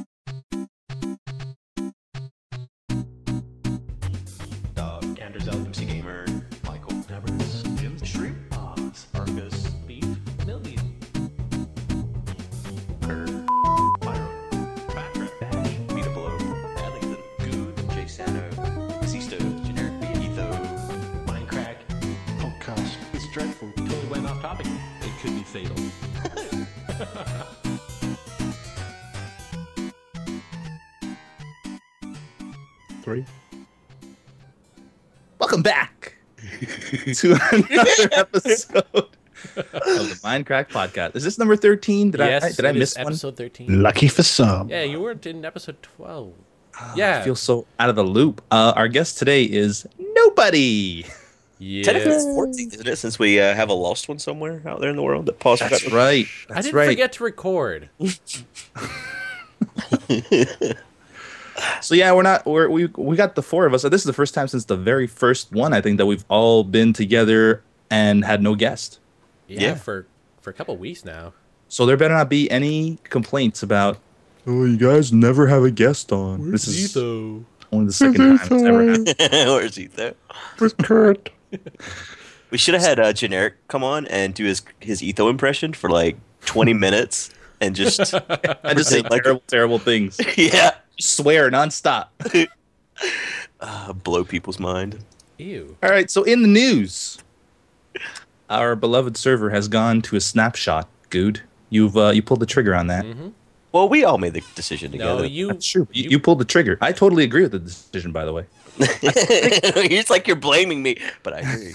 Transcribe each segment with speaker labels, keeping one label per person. Speaker 1: Uh,
Speaker 2: Three.
Speaker 3: Welcome back to another episode of the Mindcrack Podcast. Is this number thirteen? Did I
Speaker 4: yes,
Speaker 3: did I
Speaker 4: it is
Speaker 3: miss one?
Speaker 4: episode thirteen?
Speaker 2: Lucky for some.
Speaker 4: Yeah, you weren't in episode twelve.
Speaker 3: Ah, I
Speaker 4: yeah.
Speaker 3: feel so out of the loop. Uh, our guest today is nobody.
Speaker 4: Yeah.
Speaker 1: Technically, it's 14, isn't it? Since we uh, have a lost one somewhere out there in the world that paused.
Speaker 3: That's right. That's
Speaker 4: I didn't
Speaker 3: right.
Speaker 4: forget to record.
Speaker 3: So yeah, we're not we're, we we got the four of us. This is the first time since the very first one I think that we've all been together and had no guest.
Speaker 4: Yeah,
Speaker 1: Yeah.
Speaker 4: for for a couple weeks now.
Speaker 3: So there better not be any complaints about
Speaker 2: Oh, you guys never have a guest on.
Speaker 3: this is
Speaker 4: Etho.
Speaker 3: only the second time it's ever happened.
Speaker 1: Where is he there?
Speaker 2: With Kurt.
Speaker 1: We should have had uh, generic come on and do his his Etho impression for like 20 minutes and just
Speaker 3: I just say
Speaker 1: Like-
Speaker 3: terrible, terrible things.
Speaker 1: yeah
Speaker 3: Just swear nonstop.
Speaker 1: uh, blow people's mind.
Speaker 4: Ew.
Speaker 3: All right, so in the news, our beloved server has gone to a snapshot. Good, you've uh, you pulled the trigger on that.
Speaker 4: Mhm.
Speaker 1: Well, we all made the decision together.
Speaker 4: No, you.
Speaker 3: That's true. You, you pulled the trigger. I totally agree with the decision, by the way.
Speaker 1: it's like you're blaming me, but I agree.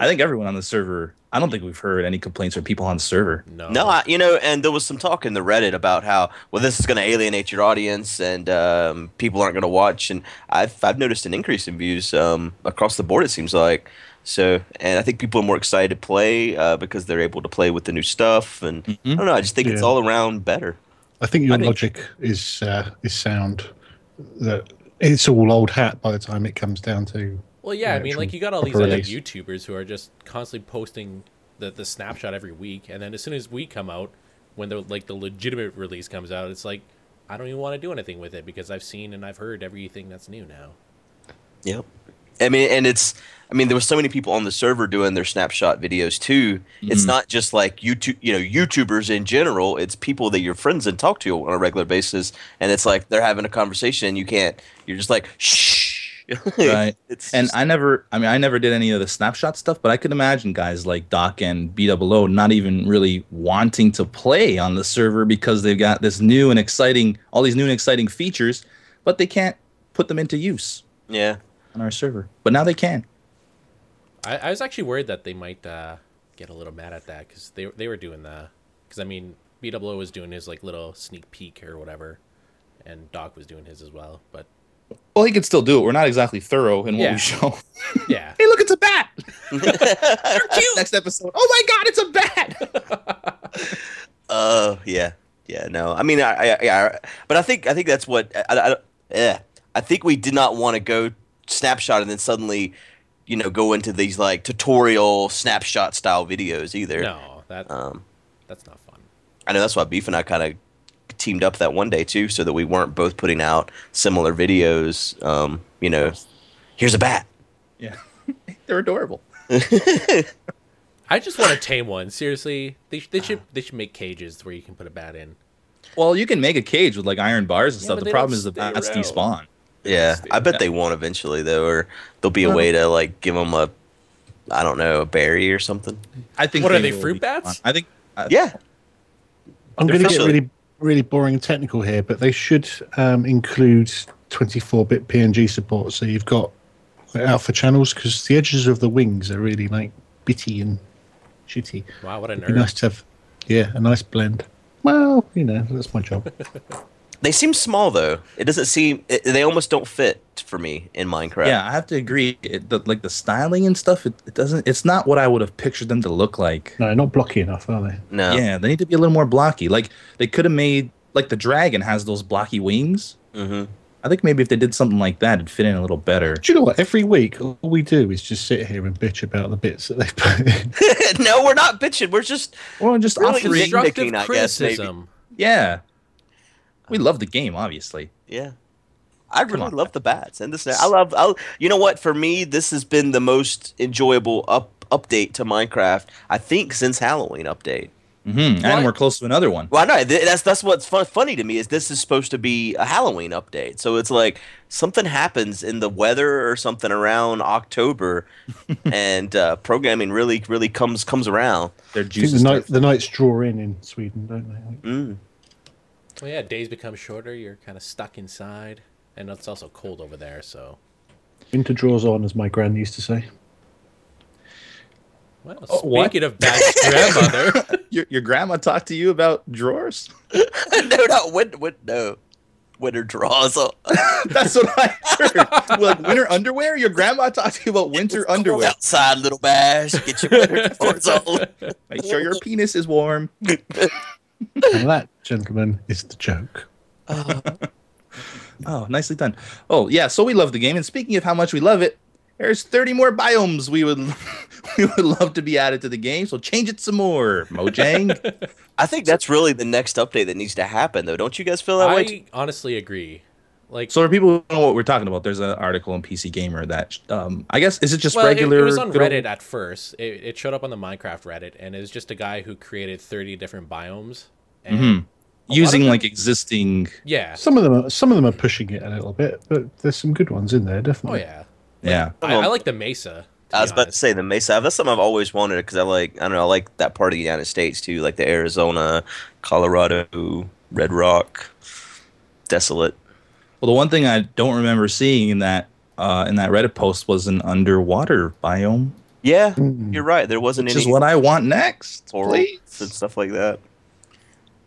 Speaker 3: I think everyone on the server. I don't think we've heard any complaints from people on the server.
Speaker 4: No.
Speaker 1: No, I, you know, and there was some talk in the Reddit about how well this is going to alienate your audience and um, people aren't going to watch. And I've I've noticed an increase in views um, across the board. It seems like so, and I think people are more excited to play uh, because they're able to play with the new stuff. And I don't know, I just think it's
Speaker 2: Yeah.
Speaker 1: all around better.
Speaker 5: I think your
Speaker 3: I think-
Speaker 5: logic is uh, is sound. That it's all old hat by the time it comes down to.
Speaker 4: Well, yeah, I mean,
Speaker 5: actual
Speaker 4: like you got all these
Speaker 5: proper
Speaker 4: other
Speaker 5: release.
Speaker 4: YouTubers who are just constantly posting the the snapshot every week, and then as soon as we come out, when the like the legitimate release comes out, it's like I don't even want to do anything with it because I've seen and I've heard everything that's new now.
Speaker 1: Yep. I mean, and it's, I mean, there were so many people on the server doing their snapshot videos too. It's
Speaker 3: Mhm.
Speaker 1: not just like YouTube, you know, YouTubers in general. It's people that your friends and talk to on a regular basis, and it's like they're having a conversation, and you can't. You're just like shh.
Speaker 3: Right.
Speaker 1: it's
Speaker 3: And
Speaker 1: just-
Speaker 3: I never, I mean, I never did any of the snapshot stuff, but I could imagine guys like Doc and BWO not even really wanting to play on the server because they've got this new and exciting, all these new and exciting features, but they can't put them into use
Speaker 1: yeah.
Speaker 3: on our server. But now they can.
Speaker 4: I, I was actually worried that they might uh, get a little mad at that because they they were doing that because I mean BWO was doing his like little sneak peek or whatever, and Doc was doing his as well. But
Speaker 3: Well, he could still do it. We're not exactly thorough in what
Speaker 4: Yeah.
Speaker 3: we show.
Speaker 4: yeah,
Speaker 3: hey, look, it's a bat. Next episode. Oh my God, it's a bat.
Speaker 1: Oh yeah, yeah. No, I mean, I, I, yeah, I- but I think I think that's what I, I, I, yeah. I think we did not want to go snapshot and then suddenly, you know, go into these like tutorial snapshot style videos either.
Speaker 4: no, that
Speaker 1: Um,
Speaker 4: that's not fun.
Speaker 1: I know that's why Beef and I kind of teamed up that one day too, so that we weren't both putting out similar videos. Um, you know, here's a bat.
Speaker 3: yeah, they're adorable.
Speaker 4: I just want to tame one. Seriously, they, sh- they should
Speaker 1: Ah.
Speaker 4: they should make cages where you can put a bat in.
Speaker 3: Well, you can make a cage with like iron bars and
Speaker 4: Yeah,
Speaker 3: stuff.
Speaker 4: but
Speaker 3: The
Speaker 4: they
Speaker 3: problem
Speaker 4: don't
Speaker 3: is the
Speaker 4: stay
Speaker 3: bats
Speaker 4: around.
Speaker 3: despawn.
Speaker 1: Yeah, I bet
Speaker 3: Yeah.
Speaker 1: they won't eventually though, or there'll be a way to like give them a, I don't know, a berry or something.
Speaker 3: I think.
Speaker 4: What are they,
Speaker 3: will
Speaker 4: fruit
Speaker 3: be-
Speaker 4: bats?
Speaker 3: I think. uh, I-
Speaker 1: Yeah,
Speaker 5: I'm
Speaker 1: They're
Speaker 5: going to get
Speaker 1: officially-
Speaker 5: really really boring and technical here, but they should um, include 24-bit PNG support, so you've got alpha channels because the edges of the wings are really like bitty and shitty.
Speaker 4: Wow, what a
Speaker 5: Be
Speaker 4: nerd!
Speaker 5: nice to have, yeah, a nice blend. Well, you know, that's my job.
Speaker 1: they seem small though. It doesn't seem it, they almost don't fit for me in Minecraft.
Speaker 3: Yeah, I have to agree. It, the, like the styling and stuff, it, it doesn't. It's not what I would have pictured them to look like.
Speaker 5: No, not blocky enough, are they?
Speaker 1: no,
Speaker 3: Yeah, they need to be a little more blocky. Like they could have made like the dragon has those blocky wings.
Speaker 1: hmm
Speaker 3: I think maybe if they did something like that, it'd fit in a little better.
Speaker 5: Do you know what? Every week, all we do is just sit here and bitch about the bits that they've put in.
Speaker 1: no, we're not bitching. We're just
Speaker 3: Or just
Speaker 1: Really
Speaker 3: offering.
Speaker 1: construct-
Speaker 4: Constructive
Speaker 1: nitpicking, I guess, maybe.
Speaker 4: criticism.
Speaker 3: Yeah, we love the game, obviously.
Speaker 1: Yeah. I really
Speaker 3: on.
Speaker 1: love the bats and this. I love. I, you know what? For me, this has been the most enjoyable up update to Minecraft. I think since Halloween update.
Speaker 3: hmm
Speaker 1: Why-
Speaker 3: And we're close to another one.
Speaker 1: Well, I know th- that's that's what's fun, funny to me is this is supposed to be a Halloween update. So it's like something happens in the weather or something around October, and uh, programming really really comes comes around.
Speaker 3: Their
Speaker 5: I think the,
Speaker 3: juices.
Speaker 5: night,
Speaker 3: Night-
Speaker 5: the nights draw in in Sweden, don't they? Like,
Speaker 1: Mm.
Speaker 4: Well, yeah, days become shorter. You're kind of stuck inside, and it's also cold over there. So,
Speaker 5: Winter draws on, as my gran used to say.
Speaker 4: well,
Speaker 3: Oh, what?
Speaker 4: speaking of bad grandmother,
Speaker 3: your, your grandma talked to you about drawers?
Speaker 1: no, not win, win, no. Winter draws. on.
Speaker 3: That's what I heard. like winter underwear? Your grandma talked to you about winter
Speaker 1: It's cold
Speaker 3: underwear.
Speaker 1: outside, little bash. Get your winter drawers on.
Speaker 3: Make sure your penis is warm.
Speaker 5: And that, gentlemen, is the joke.
Speaker 3: Oh, nicely done. Oh, yeah. So we love the game. And speaking of how much we love it, there's 30 more biomes we would we would love to be added to the game. So change it some more, Mojang.
Speaker 1: I think that's really the next update that needs to happen, though. Don't you guys feel that way? too?
Speaker 4: I honestly agree. Like,
Speaker 3: so for people who don't know what we're talking about, there's an article in PC Gamer that um, I guess is it just
Speaker 4: well, it-
Speaker 3: regular?
Speaker 4: It, was on
Speaker 3: good old-
Speaker 4: Reddit at first. It, it showed up on the Minecraft Reddit, and it was just a guy who created 30 different biomes. And
Speaker 3: Mhm.
Speaker 4: of
Speaker 3: using
Speaker 4: them-
Speaker 3: like existing.
Speaker 4: Yeah.
Speaker 5: Some of them, are, some of them are pushing it a little bit, but there's some good ones in there,
Speaker 4: Oh
Speaker 5: definitely.
Speaker 4: yeah.
Speaker 3: Yeah.
Speaker 4: I, I like the Mesa. to
Speaker 1: I was
Speaker 4: be
Speaker 1: about to
Speaker 4: honest.
Speaker 1: say the Mesa. That's something I've always wanted because I like I don't know I like that part of the United States too, like the Arizona, Colorado, Red Rock, desolate.
Speaker 3: Well, the one thing I don't remember seeing in that uh, in that Reddit post was an underwater biome,
Speaker 1: Yeah,
Speaker 5: Mm.
Speaker 1: you're right. There wasn't
Speaker 3: Hmm.
Speaker 1: any
Speaker 3: which is what I want next.
Speaker 1: coral and
Speaker 3: Please.
Speaker 1: stuff like that.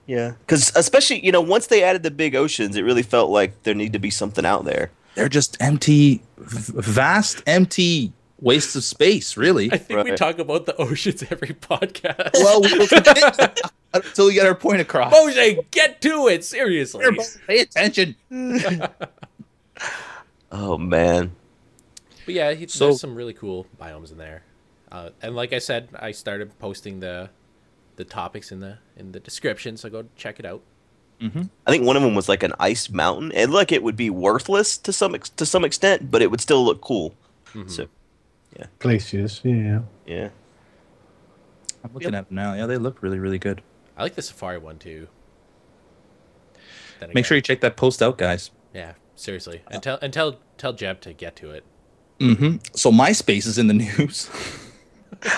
Speaker 1: Yeah, because especially you know once they added the big oceans, it really felt like there needed to be something out there.
Speaker 3: They're just empty, v- vast, empty wastes of space, really.
Speaker 4: I think we
Speaker 1: Right.
Speaker 4: talk about the oceans every podcast.
Speaker 3: well, we will continue until we get our point across.
Speaker 4: Mojang, get to it seriously.
Speaker 3: Pay attention.
Speaker 1: Oh man,
Speaker 4: But yeah, he,
Speaker 3: So-
Speaker 4: there's some really cool biomes in there. Uh, and like I said, I started posting the the topics in the in the description, so go check it out.
Speaker 1: I think one of them was like an ice mountain. It looked like it would be worthless to some ex- to some extent, but it would still look cool.
Speaker 4: Mm-hmm.
Speaker 1: So
Speaker 5: Glaciers, yeah.
Speaker 1: yeah.
Speaker 3: I'm looking at them now. Yeah, they look really, really good.
Speaker 4: I like the safari one too. Then
Speaker 3: Make sure Uh, you
Speaker 4: again,
Speaker 3: check that post out, guys.
Speaker 4: yeah, seriously, and tell and tell tell Jeb to get to it.
Speaker 3: hmm So MySpace is in the news.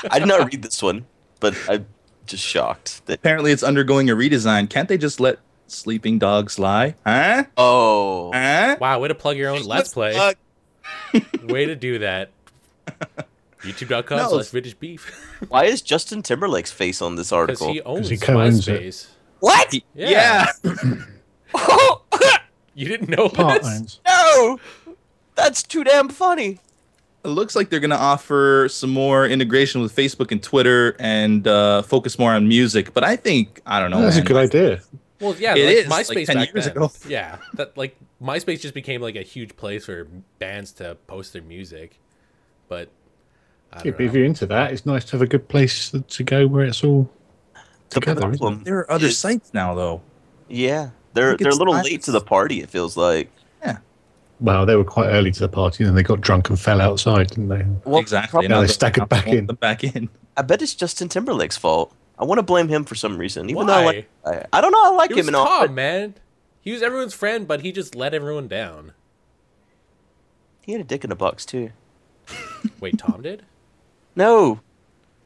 Speaker 1: I did not read this one, but I'm just shocked. That,
Speaker 3: Apparently, it's undergoing a redesign. Can't they just let sleeping dogs lie? Huh?
Speaker 1: oh,
Speaker 3: Huh?
Speaker 4: Wow, way to plug your own Let's Play.
Speaker 1: Uh,
Speaker 4: Way to do that. YouTube.com
Speaker 3: No.
Speaker 4: slash vintage beef
Speaker 1: why is Justin Timberlake's face on this
Speaker 4: because
Speaker 1: article?
Speaker 4: he owns
Speaker 5: he co-owns it.
Speaker 4: MySpace.
Speaker 1: what?
Speaker 4: Yeah.
Speaker 3: yeah.
Speaker 4: You didn't know
Speaker 5: Part
Speaker 4: this?
Speaker 5: owns.
Speaker 1: no, that's too damn funny.
Speaker 3: It uh, looks like they're going to offer some more integration with Facebook and Twitter and uh, focus more on music. But I think, I don't know.
Speaker 5: That's a
Speaker 3: man.
Speaker 5: good idea.
Speaker 4: Well, yeah,
Speaker 3: It
Speaker 4: like
Speaker 3: is, like,
Speaker 4: MySpace
Speaker 3: 10
Speaker 4: back
Speaker 3: years
Speaker 4: then.
Speaker 3: ago.
Speaker 4: Yeah, that like MySpace just became like a huge place for bands to post their music. But I
Speaker 5: Yeah,
Speaker 4: don't
Speaker 5: but if
Speaker 4: know.
Speaker 5: you're into that, it's nice to have a good place to go where it's all
Speaker 1: The
Speaker 5: together. isn't it?
Speaker 1: problem.
Speaker 3: There are other
Speaker 1: is-
Speaker 3: sites now, though.
Speaker 1: Yeah, they're
Speaker 3: think
Speaker 1: they're a
Speaker 3: it's
Speaker 1: little
Speaker 3: nice.
Speaker 1: late to the party. It feels like.
Speaker 5: Well, they were quite early to the party, and then they got drunk and fell outside, didn't they?
Speaker 1: Well,
Speaker 3: exactly.
Speaker 5: now they
Speaker 3: they'll-
Speaker 5: stack it back
Speaker 3: they'll
Speaker 5: in.
Speaker 3: them Back in.
Speaker 1: I bet it's Justin Timberlake's fault. I want to blame him for some reason, even though I,
Speaker 4: Why?
Speaker 1: like, I, I don't know. I like
Speaker 4: He
Speaker 1: him
Speaker 4: was
Speaker 1: and all.
Speaker 4: Tom, man. He was everyone's friend, but he just let everyone down.
Speaker 1: He had a dick in a box too.
Speaker 4: Wait, Tom did?
Speaker 1: No,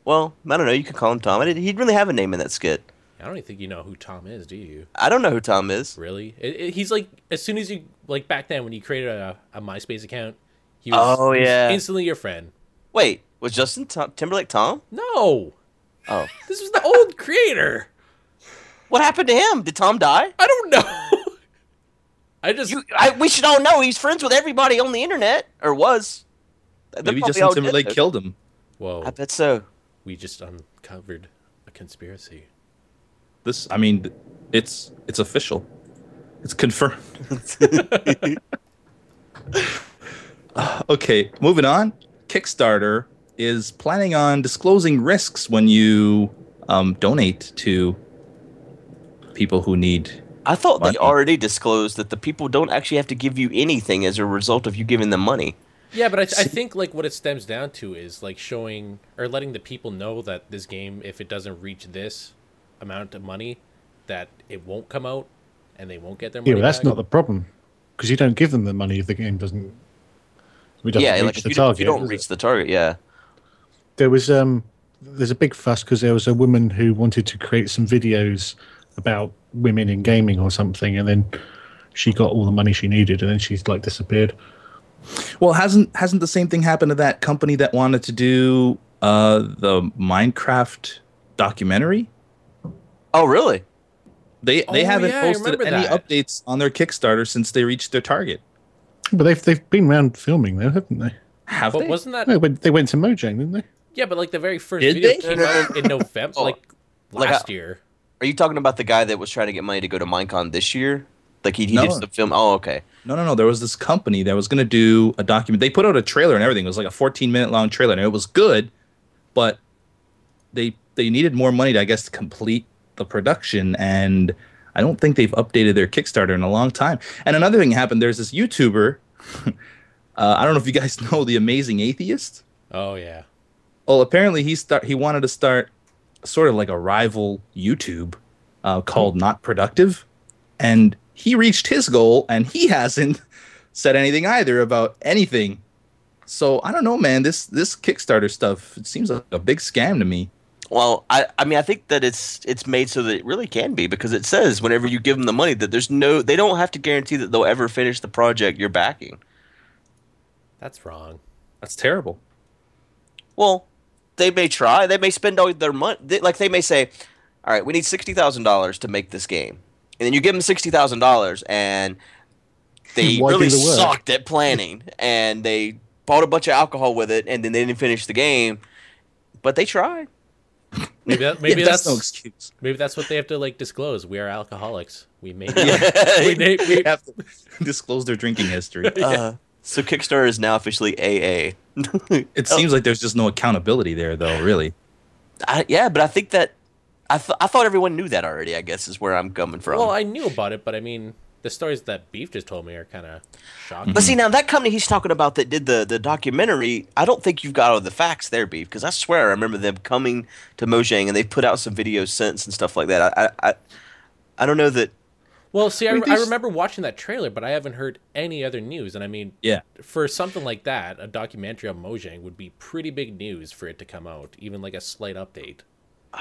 Speaker 1: well, I don't know. You can call him Tom. I did, he didn't really have a name in that skit.
Speaker 4: I don't even think you know who Tom is, do you?
Speaker 1: I don't know who Tom is.
Speaker 4: Really? It, it- he's like as soon as you like back then when you created a, a MySpace account, he was,
Speaker 1: Oh,
Speaker 4: he was
Speaker 1: yeah.
Speaker 4: instantly your friend.
Speaker 1: Wait, was Justin Tom- Timberlake Tom?
Speaker 4: No,
Speaker 1: Oh,
Speaker 4: this was the old creator.
Speaker 1: what happened to him? Did Tom die?
Speaker 4: I don't know. I just
Speaker 1: You, I, we should all know he's friends with everybody on the internet, or was. They're
Speaker 3: Maybe
Speaker 1: probably
Speaker 3: Justin
Speaker 1: all dead,
Speaker 3: Timberlake
Speaker 1: though.
Speaker 3: killed him.
Speaker 4: whoa.
Speaker 1: I bet so.
Speaker 4: we just uncovered a conspiracy.
Speaker 3: This, I mean, th- it's it's official. It's confirmed. okay, moving on. Kickstarter is planning on disclosing risks when you um, donate to people who need.
Speaker 1: I thought
Speaker 3: Money.
Speaker 1: they already disclosed that the people don't actually have to give you anything as a result of you giving them money.
Speaker 4: Yeah, but I, I think like what it stems down to is like showing or letting the people know that this game, if it doesn't reach this amount of money that it won't come out and they won't get their money.
Speaker 5: Yeah, but that's
Speaker 4: back.
Speaker 5: not the problem because you don't give them the money if the game doesn't. if It doesn't
Speaker 1: yeah,
Speaker 5: reach
Speaker 1: like if
Speaker 5: the
Speaker 1: you,
Speaker 5: target.
Speaker 1: if you don't
Speaker 5: does it?
Speaker 1: reach the target, yeah.
Speaker 5: there was um there's a big fuss because there was a woman who wanted to create some videos about women in gaming or something and then she got all the money she needed and then she's like disappeared
Speaker 3: Well, hasn't hasn't the same thing happened to that company that wanted to do uh, the Minecraft documentary?
Speaker 1: Oh, really?
Speaker 3: They they
Speaker 4: Oh,
Speaker 3: haven't
Speaker 4: yeah, I
Speaker 3: posted
Speaker 4: remember
Speaker 3: any
Speaker 4: that.
Speaker 3: updates on their Kickstarter since they reached their target.
Speaker 5: but they've they've been around filming though haven't they
Speaker 3: Have
Speaker 4: But
Speaker 3: they?
Speaker 4: wasn't that
Speaker 5: no, they went, they went to mojang didn't they
Speaker 4: Yeah, but like the very first
Speaker 3: Did
Speaker 4: video
Speaker 3: they?
Speaker 4: came out in November
Speaker 1: Oh,
Speaker 4: like
Speaker 1: like
Speaker 4: last
Speaker 1: a-
Speaker 4: year.
Speaker 1: Are you talking about the guy that was trying to get money to go to Minecon this year? Like he, he
Speaker 3: No.
Speaker 1: did some film. Oh, okay.
Speaker 3: No, no, no. There was this company that was going to do a document. They put out a trailer and everything. It was like a 14 minute long trailer, and it was good, but they they needed more money, to, I guess, to complete the production. And I don't think they've updated their Kickstarter in a long time. And another thing happened. There's this YouTuber. uh, I don't know if you guys know the Amazing Atheist.
Speaker 4: Oh yeah.
Speaker 3: Well, apparently he start he wanted to start sort of like a rival YouTube uh, called
Speaker 4: Hmm.
Speaker 3: Not Productive, and he reached his goal, and he hasn't said anything either about anything. So I don't know, man. This this Kickstarter stuff it seems like a big scam to me.
Speaker 1: Well, I, I mean, I think that it's it's made so that it really can be because it says whenever you give them the money that there's no they don't have to guarantee that they'll ever finish the project you're backing.
Speaker 4: That's wrong.
Speaker 3: That's terrible.
Speaker 1: Well, they may try. They may spend all their money. They, like they may say, "All right, we need sixty thousand dollars to make this game," and then you give them sixty thousand dollars, and they
Speaker 5: Why do
Speaker 1: really
Speaker 5: the work?
Speaker 1: sucked at planning, and they bought a bunch of alcohol with it, and then they didn't finish the game. But they tried.
Speaker 4: Maybe that, maybe
Speaker 3: Yeah,
Speaker 4: that's,
Speaker 3: no excuse.
Speaker 4: maybe that's what they have to like disclose. We are alcoholics. We made we,
Speaker 1: uh,
Speaker 4: made, we
Speaker 3: They have to disclose their drinking history.
Speaker 1: so Kickstarter is now officially AA.
Speaker 3: It seems like there's just no accountability there, though. Really,
Speaker 1: I, yeah, but I think that I, th- I thought everyone knew that already. I guess is where I'm coming from.
Speaker 4: Well, I knew about it, but I mean, the stories that Beef just told me are kind of shocking.
Speaker 3: Mm-hmm.
Speaker 1: But see, now that company he's talking about that did the, the documentary, I don't think you've got all the facts there, Beef, because I swear I remember them coming to Mojang and they've put out some videos since and stuff like that. I I, I, I don't know that.
Speaker 4: Well, see, I,
Speaker 3: Wait,
Speaker 4: I
Speaker 3: these-
Speaker 4: remember watching that trailer, but I haven't heard any other news. And I mean,
Speaker 3: yeah.
Speaker 4: for something like that, a documentary on Mojang would be pretty big news for it to come out, even like a slight update.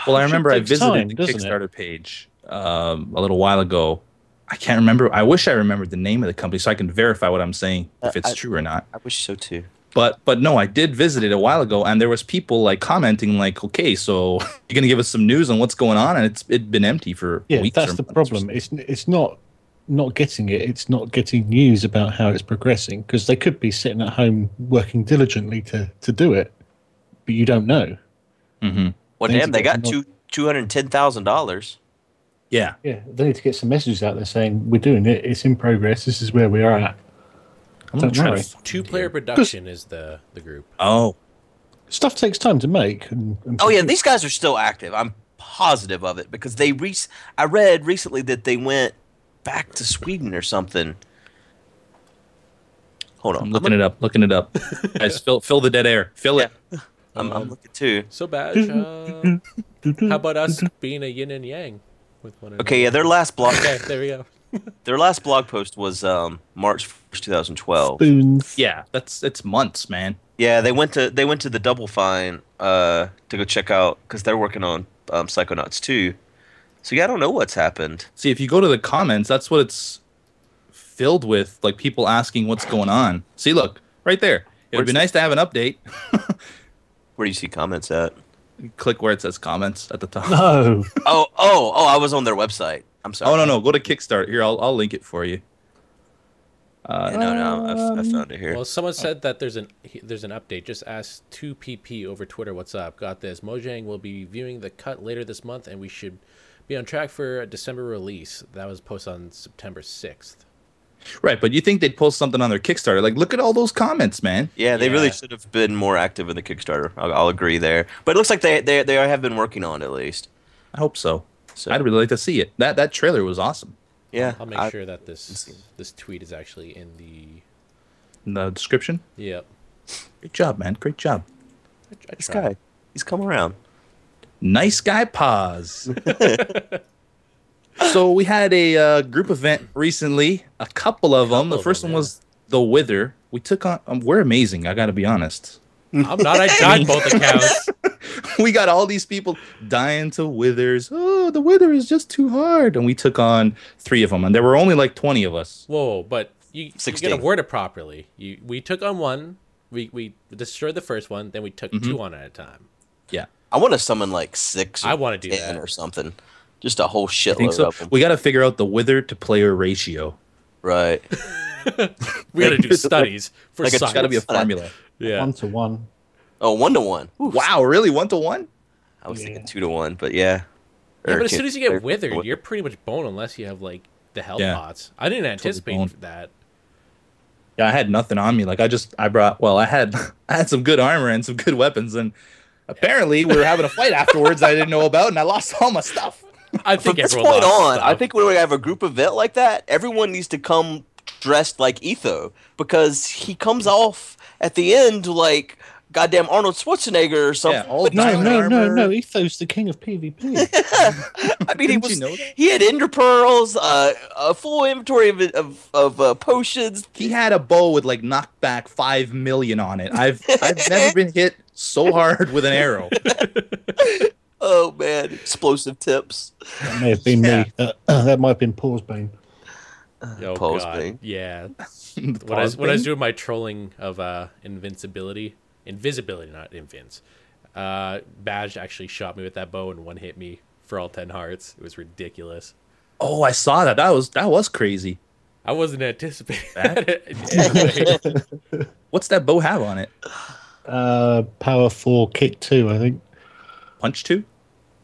Speaker 3: Well,
Speaker 5: It
Speaker 3: I
Speaker 5: should
Speaker 3: remember I
Speaker 5: take
Speaker 3: visited
Speaker 5: time,
Speaker 3: the
Speaker 5: doesn't it?
Speaker 3: Kickstarter page um, a little while ago. I can't remember. I wish I remembered the name of the company so I can verify what I'm saying if
Speaker 1: Uh,
Speaker 3: it's
Speaker 1: I-
Speaker 3: true or not.
Speaker 1: I wish so too.
Speaker 3: But but no, I did visit it a while ago, and there was people like commenting like, "Okay, so you're gonna give us some news on what's going on?" And it's it's been empty for
Speaker 5: yeah
Speaker 3: weeks.
Speaker 5: that's
Speaker 3: or
Speaker 5: the
Speaker 3: months or
Speaker 5: problem
Speaker 3: so.
Speaker 5: it's it's not not getting it it's not getting news about how it's progressing because they could be sitting at home working diligently to to do it but you don't know
Speaker 3: Mhm.
Speaker 1: Well,
Speaker 5: Things
Speaker 1: damn, they
Speaker 5: are
Speaker 1: got
Speaker 5: getting
Speaker 1: two two hundred ten thousand dollars.
Speaker 3: Yeah,
Speaker 5: yeah they need to get some messages out there saying we're doing it it's in progress this is where we are at
Speaker 3: I'm gonna
Speaker 5: Don't
Speaker 3: try to
Speaker 5: worry.
Speaker 3: find
Speaker 4: Two
Speaker 3: it
Speaker 4: player
Speaker 3: here.
Speaker 4: production is the the group.
Speaker 3: Oh,
Speaker 5: stuff takes time to make. And, and
Speaker 1: Oh yeah,
Speaker 5: produce.
Speaker 1: these guys are still active. I'm positive of it because they re- I read recently that they went back to Sweden or something. Hold on,
Speaker 3: I'm looking it up. Looking it up. Guys, fill fill the dead air. Fill it.
Speaker 1: I'm, I'm looking too.
Speaker 4: So bad. uh, how about us being a yin and yang with one another?
Speaker 1: Okay, yeah, their last blog
Speaker 4: Okay, there we go.
Speaker 1: their last blog post was um, March first, two thousand twelve.
Speaker 5: spoons.
Speaker 3: Yeah, that's it's months, man.
Speaker 1: Yeah, they went to they went to the Double Fine uh, to go check out because they're working on um, Psychonauts two. So yeah, I don't know what's happened.
Speaker 3: See, if you go to the comments, that's what it's filled with, like people asking what's going on. See, look, right there. It would
Speaker 1: Where's
Speaker 3: be nice to have an update.
Speaker 1: Where do you see comments at?
Speaker 3: Click where it says comments at the top.
Speaker 5: No,
Speaker 1: Oh oh oh! I was on their website. I'm sorry.
Speaker 3: Oh no, no, go to Kickstarter. Here, I'll I'll link it for you.
Speaker 1: Yeah, no no! I, I found it here.
Speaker 4: Well, someone said that there's an he- there's an update. Just ask 2PP over Twitter what's up. Got this. Mojang will be viewing the cut later this month, and we should be on track for a December release. That was posted on September 6th.
Speaker 3: Right, but you think they'd post something on their Kickstarter? Like, look at all those comments, man.
Speaker 1: Yeah, they really
Speaker 4: Yeah.
Speaker 1: should have been more active in the Kickstarter. I'll, I'll agree there. But it looks like they they they have been working on it at least.
Speaker 3: I hope so.
Speaker 1: So
Speaker 3: I'd really like to see it. That that trailer was awesome.
Speaker 1: yeah,
Speaker 4: I'll make
Speaker 1: I-
Speaker 4: sure that this this tweet is actually in the
Speaker 3: In the description.
Speaker 4: yep.
Speaker 3: Great job, man. Great job.
Speaker 4: I, I
Speaker 1: This
Speaker 4: tried.
Speaker 1: guy, he's come around.
Speaker 3: Nice guy pause. so we had a uh, group event recently, a couple of them.
Speaker 4: Couple
Speaker 3: The
Speaker 4: of
Speaker 3: first
Speaker 4: them,
Speaker 3: one was the Wither. We took on. Um, we're amazing. I got to be honest.
Speaker 4: I'm not. I died both accounts.
Speaker 3: we got all these people dying to Withers. Oh, the Wither is just too hard. And we took on three of them, and there were only like twenty of us.
Speaker 4: Whoa, but you, you got to
Speaker 1: 16.
Speaker 4: word it properly. You, we took on one. We, we destroyed the first one. Then we took
Speaker 1: Mm-hmm.
Speaker 4: two on at a time.
Speaker 3: Yeah.
Speaker 1: I want to summon like six. Or
Speaker 4: I wanna do
Speaker 1: ten
Speaker 4: that.
Speaker 1: or something. Just a whole
Speaker 3: I think
Speaker 1: shitload
Speaker 3: so.
Speaker 1: of them.
Speaker 3: We got to figure out the wither to player ratio.
Speaker 1: right.
Speaker 4: We got to do studies for
Speaker 1: like it's
Speaker 3: It's got to be a
Speaker 4: science.
Speaker 3: formula.
Speaker 4: yeah.
Speaker 5: One to one.
Speaker 1: Oh, one to one.
Speaker 3: Wow, really? One to one?
Speaker 1: I was thinking two to one, but yeah.
Speaker 4: Yeah,
Speaker 1: Or
Speaker 4: but as
Speaker 1: two-
Speaker 4: soon as you
Speaker 1: or-
Speaker 4: get withered, you're pretty much bone unless you have like the health
Speaker 3: Yeah.
Speaker 4: pots. I didn't anticipate
Speaker 3: bone.
Speaker 4: that.
Speaker 3: Yeah, I had nothing on me. Like I just I brought well, I had I had some good armor and some good weapons and apparently we were having a fight afterwards I didn't know about and I lost all my stuff.
Speaker 4: I think
Speaker 1: From this
Speaker 4: everyone
Speaker 1: point
Speaker 4: lost
Speaker 1: on, I
Speaker 4: stuff.
Speaker 1: think when we have a group event like that, everyone needs to come dressed like Etho because he comes off at the end like goddamn Arnold Schwarzenegger or something.
Speaker 3: Yeah, all
Speaker 1: But
Speaker 5: No,
Speaker 3: Diamond
Speaker 5: no, no,
Speaker 3: armor.
Speaker 5: no. Etho's the king of PvP.
Speaker 1: I mean, he
Speaker 3: Didn't you
Speaker 1: was
Speaker 3: know that?
Speaker 1: he had ender pearls, uh, a full inventory of of, of uh, potions.
Speaker 3: He had a bow with like knockback five million on it. I've I've never been hit so hard with an arrow.
Speaker 1: Oh man, explosive tips.
Speaker 5: that may have been
Speaker 3: Yeah.
Speaker 5: me. That, that might have been Paul's bane.
Speaker 4: Oh,
Speaker 1: Paul's
Speaker 4: God.
Speaker 1: being-
Speaker 4: Yeah. When I,
Speaker 3: Pause
Speaker 4: was, when I was
Speaker 3: thing?
Speaker 4: doing my trolling of uh, invincibility, invisibility, not invince, uh, Badge actually shot me with that bow and one hit me for all 10 hearts. It was ridiculous.
Speaker 3: oh, I saw that. That was that was crazy.
Speaker 4: I wasn't anticipating that. in any way.
Speaker 3: What's that bow have on it?
Speaker 5: Uh, power four, kick two. I think.
Speaker 3: Punch two?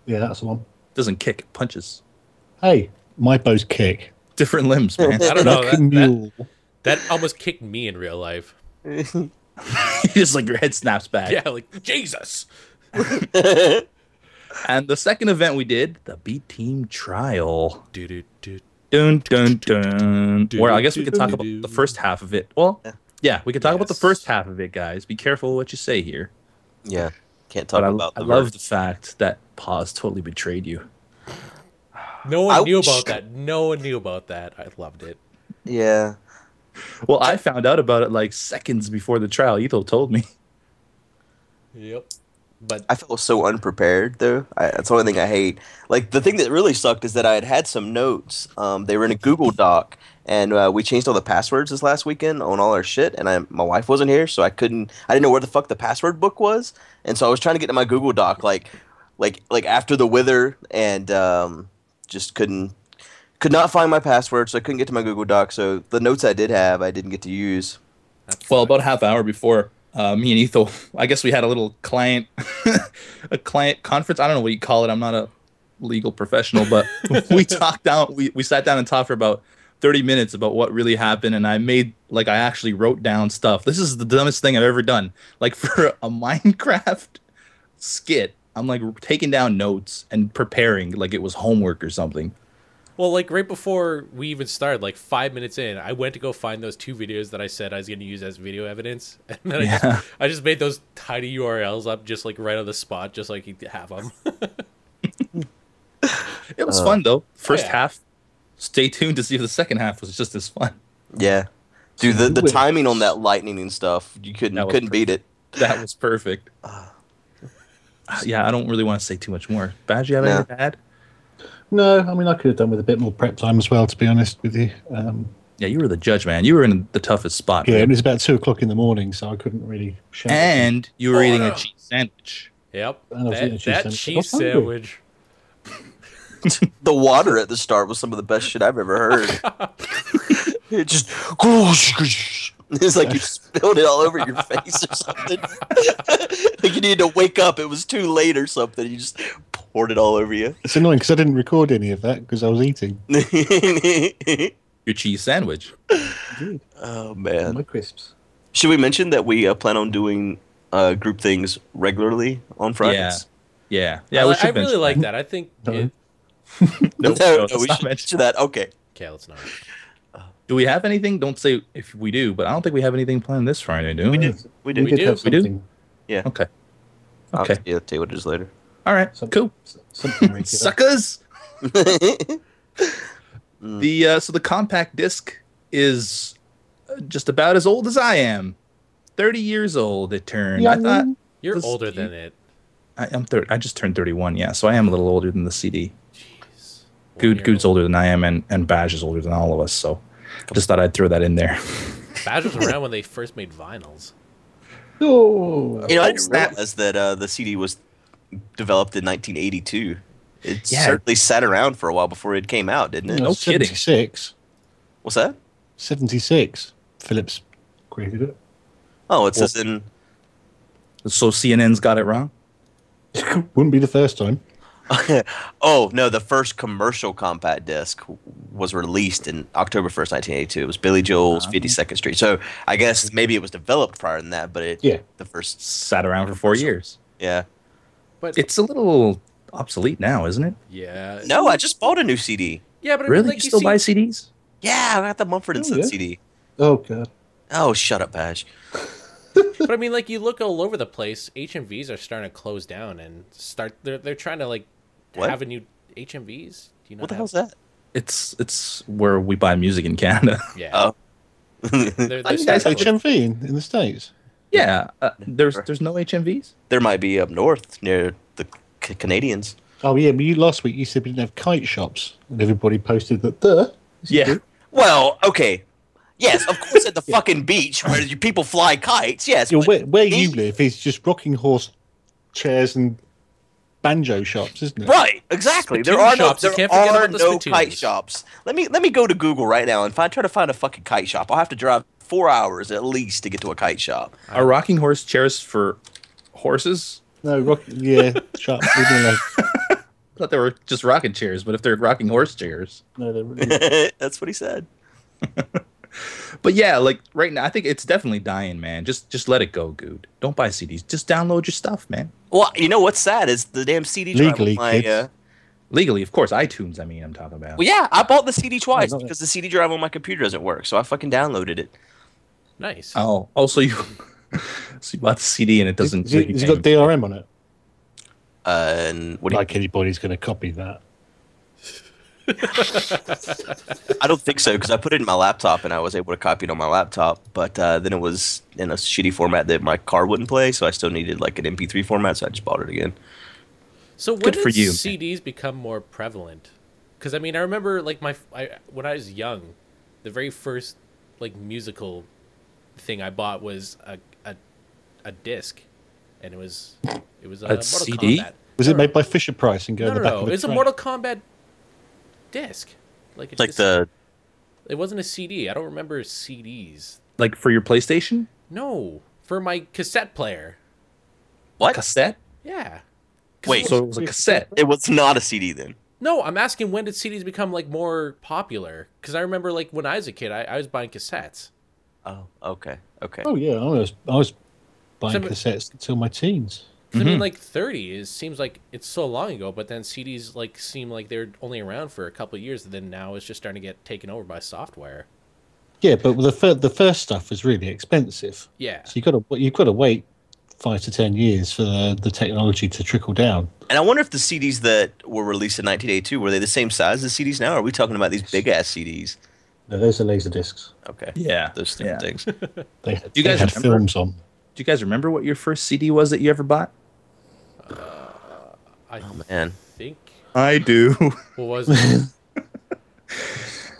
Speaker 5: Yeah, that's the one.
Speaker 3: Doesn't kick, it punches.
Speaker 5: Hey, my bows kick.
Speaker 3: Different limbs, man.
Speaker 4: I don't know.
Speaker 5: like
Speaker 4: That,
Speaker 5: a
Speaker 4: that,
Speaker 5: mule.
Speaker 4: that almost kicked me in real life.
Speaker 3: just like your head snaps back.
Speaker 4: Yeah, like, Jesus.
Speaker 3: And the second event we did, the B Team Trial.
Speaker 4: Do-do-do.
Speaker 3: Dun dun dun.
Speaker 4: Do,
Speaker 3: Where I guess we
Speaker 4: do,
Speaker 3: could talk
Speaker 4: do,
Speaker 3: about
Speaker 4: do.
Speaker 3: the first half of it. Well, yeah, we could talk about the
Speaker 4: Yes.
Speaker 3: first half of it, guys. Be careful what you say here.
Speaker 1: Yeah, can't talk
Speaker 3: But I,
Speaker 1: about.
Speaker 3: I
Speaker 1: the
Speaker 3: love
Speaker 1: verb.
Speaker 3: the fact that Paws totally betrayed you.
Speaker 4: No one
Speaker 1: I
Speaker 4: knew
Speaker 1: wish-
Speaker 4: about that. No one knew about that. I loved it.
Speaker 1: Yeah,
Speaker 3: Well, I found out about it like seconds before the trial. Ethel told me.
Speaker 4: Yep. But
Speaker 1: I felt so unprepared though. I, that's the only thing I hate. Like the thing that really sucked is that I had had some notes. Um, they were in a Google Doc, and uh, we changed all the passwords this last weekend on all our shit. And I, my wife wasn't here, so I couldn't. I didn't know where the fuck the password book was, and so I was trying to get to my Google Doc like, like, like after the wither, and um, just couldn't. Could not find my password, so I couldn't get to my Google Doc. So the notes I did have, I didn't get to use.
Speaker 3: Well, about a half hour before uh, me and Ethel, I guess we had a little client, a client conference. I don't know what you call it. I'm not a legal professional, but we talked down. We, we sat down and talked for about 30 minutes about what really happened. And I made like I actually wrote down stuff. This is the dumbest thing I've ever done. Like for a Minecraft skit, I'm like taking down notes and preparing like it was homework or something.
Speaker 4: Well, like right before we even started, like five minutes in, I went to go find those two videos that I said I was going to use as video evidence, and then I,
Speaker 3: Yeah.
Speaker 4: just, I just made those tiny URLs up just like right on the spot, just like you have them.
Speaker 3: It was fun though. First
Speaker 4: yeah.
Speaker 3: half. Stay tuned to see if the second half was just as fun.
Speaker 1: Yeah, dude, the, the
Speaker 5: Ooh.
Speaker 1: timing on that lightning and stuff, you couldn't
Speaker 3: That was
Speaker 1: couldn't beat it.
Speaker 3: that was perfect.
Speaker 4: Ah.
Speaker 3: Uh, yeah, I don't really want to say too much more. Badge, you have
Speaker 1: No.
Speaker 3: anything to add?
Speaker 5: No, I mean I could have done with a bit more prep time as well. To be honest with you, um,
Speaker 3: Yeah, you were the judge, man. You were in the toughest spot.
Speaker 5: yeah, it
Speaker 3: man.
Speaker 5: was about two o'clock in the morning, so I couldn't really. Shout
Speaker 3: And you were eating
Speaker 4: Oh, no.
Speaker 3: a cheese sandwich.
Speaker 4: Yep,
Speaker 5: I was eating
Speaker 4: that,
Speaker 5: cheese
Speaker 4: that
Speaker 5: sandwich.
Speaker 4: cheese
Speaker 5: I was hungry.
Speaker 4: sandwich.
Speaker 1: the water at the start was some of the best shit I've ever heard. it just it's like you spilled it all over your face or something. like you needed to wake up. It was too late or something. You just poured it all over you.
Speaker 5: It's annoying because I didn't record any of that because I was eating.
Speaker 3: Your cheese sandwich.
Speaker 1: oh man!
Speaker 5: My crisps.
Speaker 1: Should we mention that we uh, plan on doing uh, group things regularly on Fridays?
Speaker 3: Yeah, yeah.
Speaker 4: I,
Speaker 3: we
Speaker 4: li-
Speaker 3: should
Speaker 4: I really
Speaker 3: mention
Speaker 4: like that. I think.
Speaker 5: No.
Speaker 4: it-
Speaker 3: that. No,
Speaker 1: no,
Speaker 3: no,
Speaker 1: no,
Speaker 3: let's
Speaker 1: we
Speaker 3: not
Speaker 1: should
Speaker 3: mention-
Speaker 1: mention that. Okay.
Speaker 4: okay, let's not.
Speaker 3: Do we have anything? Don't say if we do, but I don't think we have anything planned this Friday, do we?
Speaker 1: We do.
Speaker 5: We, did
Speaker 4: do,
Speaker 5: have
Speaker 4: we
Speaker 3: do.
Speaker 5: something.
Speaker 3: Okay.
Speaker 1: I'll
Speaker 3: Okay.
Speaker 1: yeah, tell you what it is later.
Speaker 3: All right.
Speaker 5: Some-
Speaker 3: cool.
Speaker 5: s- Something regular.
Speaker 3: Suckers.
Speaker 4: Mm.
Speaker 3: The uh, so the compact disc is uh, just about as old as I am. Thirty years old. It turned. I thought
Speaker 4: You're
Speaker 3: This-
Speaker 4: older than it.
Speaker 3: I, I'm thirty. I just turned thirty-one. Yeah, so I am a little older than the CD.
Speaker 4: Jeez.
Speaker 3: Good,
Speaker 4: One year
Speaker 3: Good's older than I am, and and Badge is older than all of us. So just thought I'd throw that in there.
Speaker 4: old. Badge was around when they first made vinyls.
Speaker 5: Oh,
Speaker 1: You know, I
Speaker 3: Oh,
Speaker 1: didn't
Speaker 3: snap.
Speaker 1: realize that uh, the CD was developed in 1982. It
Speaker 3: Yeah.
Speaker 1: certainly sat around for a while before it came out, didn't it?
Speaker 3: No kidding.
Speaker 5: 76.
Speaker 1: What's that?
Speaker 5: 76. Phillips created it.
Speaker 1: Oh, it says in.
Speaker 3: So CNN's got it wrong.
Speaker 5: Wouldn't be the first time.
Speaker 1: oh no, the first commercial compact disc w- was released in October 1st, 1982. It was Billy
Speaker 5: Ah.
Speaker 1: Joel's 52nd Street. So I guess maybe it was developed prior than that, but it
Speaker 5: Yeah.
Speaker 1: the first
Speaker 3: Sat around for four years.
Speaker 1: yeah.
Speaker 4: But
Speaker 3: It's a little obsolete now, isn't it?
Speaker 4: yeah,
Speaker 1: No, I just bought a new CD.
Speaker 4: yeah, but I mean,
Speaker 3: Really?
Speaker 4: like
Speaker 3: you
Speaker 4: you
Speaker 3: still
Speaker 4: see-
Speaker 3: buy CDs?
Speaker 1: Yeah, I got the Mumford and
Speaker 5: Oh,
Speaker 1: Son
Speaker 5: yeah.
Speaker 1: CD.
Speaker 5: Oh, God.
Speaker 1: Oh, shut up, Bash.
Speaker 4: but I mean, like you look all over the place. HMVs are starting to close down and start. They're they're trying to like
Speaker 1: What?
Speaker 4: have a new HMVs. Do you know
Speaker 1: What the
Speaker 4: have-
Speaker 1: hell's that?
Speaker 3: It's it's where we buy music in Canada.
Speaker 4: Yeah.
Speaker 1: Oh.
Speaker 4: They're, they're
Speaker 3: you guys
Speaker 4: starting to-
Speaker 5: HMV in, in the States.
Speaker 3: yeah, uh, there's there's no HMVs.
Speaker 1: There might be up north near the C- Canadians.
Speaker 5: Oh, yeah, but you last week you said we didn't have kite shops, and everybody posted that the.
Speaker 3: Yeah,
Speaker 1: Well, okay. Yes, of course, at the fucking beach where you people fly kites. Yes,
Speaker 5: You know,
Speaker 1: but
Speaker 5: where, where you
Speaker 1: these-
Speaker 5: live is just rocking horse chairs and banjo shops, isn't it?
Speaker 1: Right, exactly. there
Speaker 4: Spittoon
Speaker 1: are
Speaker 4: shops. You
Speaker 1: no, there
Speaker 4: can't forget
Speaker 1: are
Speaker 4: about the
Speaker 1: no
Speaker 4: spittoons.
Speaker 1: kite shops. Let me let me go to Google right now and find try to find a fucking kite shop. I'll have to drive four hours at least to get to a kite shop.
Speaker 4: Uh,
Speaker 3: are rocking horse chairs for horses?
Speaker 5: No, rock, yeah, shut up. leave me alone.
Speaker 3: I thought they were just rocking chairs, but if they're rocking horse chairs,
Speaker 5: No, they're really
Speaker 1: That's what he said.
Speaker 3: but yeah, like right now, I think it's definitely dying, man. Just just let it go, Good. Don't buy CDs. Just download your stuff, man.
Speaker 1: Well, you know what's sad is the damn CD drive. on
Speaker 5: Legally,
Speaker 1: my,
Speaker 5: kids.
Speaker 1: uh,
Speaker 3: Legally, of course. iTunes, I mean, I'm talking about.
Speaker 1: well, yeah, I bought the CD twice
Speaker 5: love it.
Speaker 1: because the CD drive on my computer doesn't work, so I fucking downloaded it.
Speaker 4: nice.
Speaker 3: Oh, also you. so you bought the CD and it doesn't.
Speaker 5: Has it, has it got DRM on it?
Speaker 1: Uh, and what do you,
Speaker 5: Like anybody's going to copy that.
Speaker 1: I don't think so because I put it in my laptop and I was able to copy it on my laptop, but uh, then it was in a shitty format that my car wouldn't play, so I still needed like an MP3 format, so I just bought it again.
Speaker 4: So when
Speaker 3: Good
Speaker 4: did
Speaker 3: for you.
Speaker 4: CDs become more prevalent? Because I mean, I remember like my I, when I was young, the very first like musical thing I bought was a a, a disc, and it was it was a, Mortal
Speaker 3: CD?
Speaker 4: Kombat.
Speaker 5: Was
Speaker 4: No,
Speaker 5: it made by Fisher Price and go
Speaker 4: No,
Speaker 5: in
Speaker 4: no,
Speaker 5: the
Speaker 4: no.
Speaker 5: back
Speaker 4: no.
Speaker 5: of the
Speaker 4: It's a
Speaker 5: train?
Speaker 4: Mortal Kombat disc. Like it's
Speaker 1: Like
Speaker 4: just-
Speaker 1: the
Speaker 4: It wasn't a CD. I don't remember CDs.
Speaker 3: like for your PlayStation
Speaker 4: No, for my cassette player.
Speaker 1: what?
Speaker 3: cassette?
Speaker 4: Yeah. 'Cause
Speaker 1: Wait,
Speaker 4: it
Speaker 3: So
Speaker 4: was-
Speaker 3: it was a cassette.
Speaker 1: It was not a CD then.
Speaker 4: No, I'm asking when did CDs become like more popular? Because I remember like when I was a kid, I, I was buying cassettes.
Speaker 1: Oh, okay, okay.
Speaker 5: Oh yeah, I was I was buying
Speaker 4: Some-
Speaker 5: cassettes until my teens.
Speaker 4: 'Cause I mean, like 30 is seems like it's so long ago, but then CDs like seem like they're only around for a couple of years, and then now it's just starting to get taken over by software.
Speaker 5: Yeah, but the fir- the first stuff was really expensive,
Speaker 4: Yeah,
Speaker 5: so you got to you've got to wait five to ten years for the, the technology to trickle down.
Speaker 1: And I wonder if the CDs that were released in 1982 were they the same size as CDs now? Or are we talking about these big ass CDs?
Speaker 5: No, those are laser discs.
Speaker 1: Okay,
Speaker 3: Yeah.
Speaker 1: those different
Speaker 3: Yeah.
Speaker 1: things. It
Speaker 5: They had,
Speaker 3: you
Speaker 5: they
Speaker 3: guys
Speaker 5: had
Speaker 3: remember?
Speaker 5: films on.
Speaker 3: Do you guys remember what your first CD was that you ever bought?
Speaker 4: I
Speaker 1: Oh, man.
Speaker 4: think
Speaker 2: I do.
Speaker 4: what was it?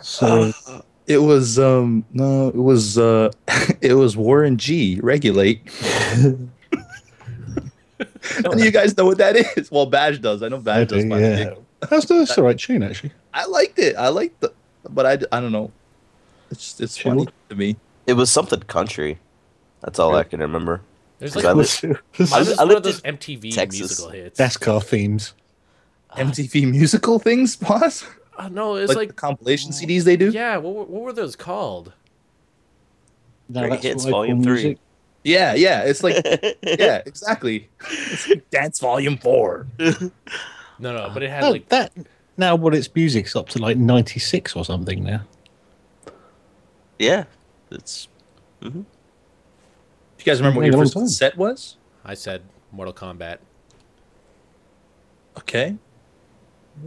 Speaker 5: So
Speaker 3: Ah, It was um no, it was uh it was Warren G regulate. None of you guys know what that is. Well, Badge does. I know
Speaker 5: I
Speaker 3: Badge
Speaker 5: do,
Speaker 3: does. by
Speaker 5: yeah,
Speaker 3: mistake.
Speaker 5: that's, that's the right tune actually.
Speaker 3: I liked it. I liked the, but I, I don't know. It's just, it's funny
Speaker 5: Chilled.
Speaker 3: to me.
Speaker 1: It was something country. That's all I can remember.
Speaker 4: There's
Speaker 1: I
Speaker 4: like
Speaker 1: lived-
Speaker 4: mine was
Speaker 1: I
Speaker 4: one of
Speaker 1: lived
Speaker 4: those
Speaker 1: in
Speaker 4: MTV
Speaker 1: Texas.
Speaker 4: musical hits.
Speaker 5: NASCAR themes.
Speaker 3: MTV musical things, boss.
Speaker 4: Uh, no, Ah. it's
Speaker 3: Like,
Speaker 4: like,
Speaker 3: the compilation CDs they do.
Speaker 4: yeah. What, were- what were those called?
Speaker 5: Now
Speaker 1: Great
Speaker 5: that's
Speaker 1: Hits
Speaker 5: what I call
Speaker 1: Volume Three.
Speaker 5: music.
Speaker 3: yeah, yeah. It's like yeah, exactly. It's like Dance Volume Four.
Speaker 4: No, no, but it had
Speaker 1: Oh.
Speaker 5: No,
Speaker 4: like
Speaker 5: that now what its music's up to like ninety six or something now.
Speaker 1: Yeah, it's
Speaker 3: Do you guys remember what
Speaker 5: Yeah,
Speaker 3: your
Speaker 5: long
Speaker 3: first
Speaker 5: time.
Speaker 3: set was?
Speaker 4: I said, Mortal Kombat.
Speaker 3: Okay.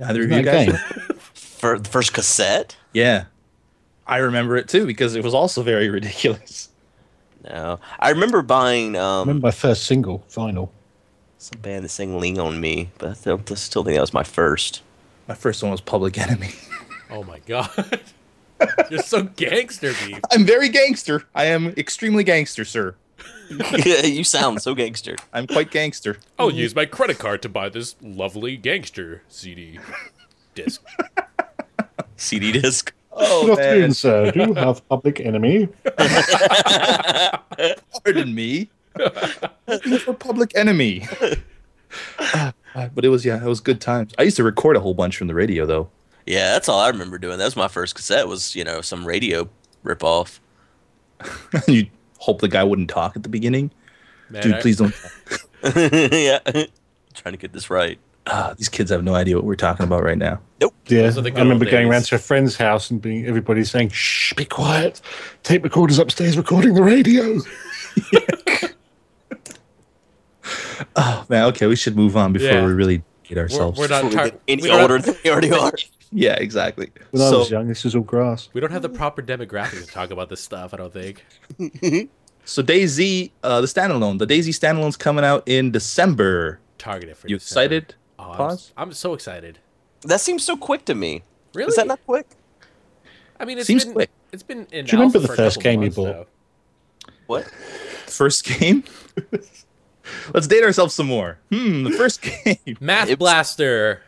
Speaker 3: Either of
Speaker 5: That
Speaker 3: you guys?
Speaker 5: game.
Speaker 1: For the first cassette?
Speaker 3: Yeah. I remember it too because it was also very ridiculous.
Speaker 1: No. I remember buying
Speaker 5: I
Speaker 1: um,
Speaker 5: remember my first single, Vinyl.
Speaker 1: some band that sang Lean on Me, but I still, I still think that was my first.
Speaker 3: My first one was Public Enemy.
Speaker 4: Oh my god. You're so gangster, beef.
Speaker 3: I'm very gangster. I am extremely gangster, sir.
Speaker 1: you sound so gangster.
Speaker 3: I'm quite gangster.
Speaker 5: Mm.
Speaker 4: I'll use my credit card to buy this lovely gangster CD disc.
Speaker 1: CD disc.
Speaker 3: Oh,
Speaker 5: Not
Speaker 3: man.
Speaker 5: in, sir. Do you have Public Enemy?
Speaker 3: Pardon me. Looking for Public Enemy. Uh, but it was, yeah, it was good times. I used to record a whole bunch from the radio, though.
Speaker 1: Yeah, that's all I remember doing. That was my first cassette. Was you know some radio ripoff.
Speaker 3: you hope the guy wouldn't talk at the beginning.
Speaker 4: Man,
Speaker 3: Dude,
Speaker 4: I-
Speaker 3: please don't. Talk.
Speaker 1: yeah, trying to get this right.
Speaker 3: Ah, these kids have no idea what we're talking about right now.
Speaker 5: Yeah,
Speaker 4: Those are the good
Speaker 5: I remember
Speaker 4: old
Speaker 5: going
Speaker 4: days.
Speaker 5: around to a friend's house and being everybody saying, "Shh, be quiet. Tape recorders upstairs recording the radio."
Speaker 3: Oh, man, okay, we should move on before
Speaker 4: Yeah.
Speaker 3: we really get
Speaker 4: We're,
Speaker 3: ourselves.
Speaker 4: we're not
Speaker 1: Before we
Speaker 4: tar-
Speaker 1: get any
Speaker 4: we don't
Speaker 1: older
Speaker 4: Have,
Speaker 1: than we already are.
Speaker 3: Yeah, exactly.
Speaker 5: When I
Speaker 3: so,
Speaker 5: was young, this was all grass.
Speaker 4: we don't have the proper demographic to talk about this stuff. I don't think.
Speaker 3: so Daisy, uh, the standalone, the Daisy standalone's coming out in December.
Speaker 4: Targeted for
Speaker 3: You
Speaker 4: December.
Speaker 3: excited?
Speaker 4: Oh, I'm s-
Speaker 3: Pause.
Speaker 4: I'm, so excited.
Speaker 1: That seems so quick to me.
Speaker 4: Really?
Speaker 1: Is that not quick?
Speaker 4: I mean, it's
Speaker 3: Seems
Speaker 4: been
Speaker 3: quick.
Speaker 4: it's been. In
Speaker 5: Do you remember
Speaker 4: alpha
Speaker 5: the
Speaker 4: for a
Speaker 5: first
Speaker 4: couple
Speaker 5: game you
Speaker 4: months
Speaker 5: bought?
Speaker 4: now.
Speaker 1: What?
Speaker 3: First game. Let's date ourselves some more. Hmm, the first game.
Speaker 4: Math
Speaker 1: It was-
Speaker 4: Blaster.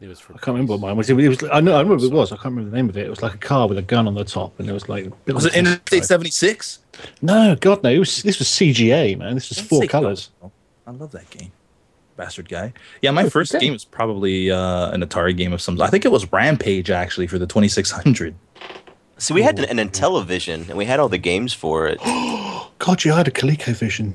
Speaker 4: It was for.
Speaker 5: I can't remember what mine was. It was. I know. I remember what it was. I can't remember the name of it. It was like a car with a gun on the top, and it was like. a bit
Speaker 3: Was
Speaker 5: like
Speaker 3: it
Speaker 5: a
Speaker 3: Interstate
Speaker 5: test drive.
Speaker 3: seventy six?
Speaker 5: No, God no. It was, this was CGA, man. This was four colors.
Speaker 3: I love that game. Bastard guy. Yeah, my first
Speaker 5: okay.
Speaker 3: game was probably uh, an Atari game of some sort. I think it was Rampage actually for the twenty six hundred.
Speaker 1: See, we had an, an Intellivision, and we had all the games for it.
Speaker 5: God, you had a ColecoVision.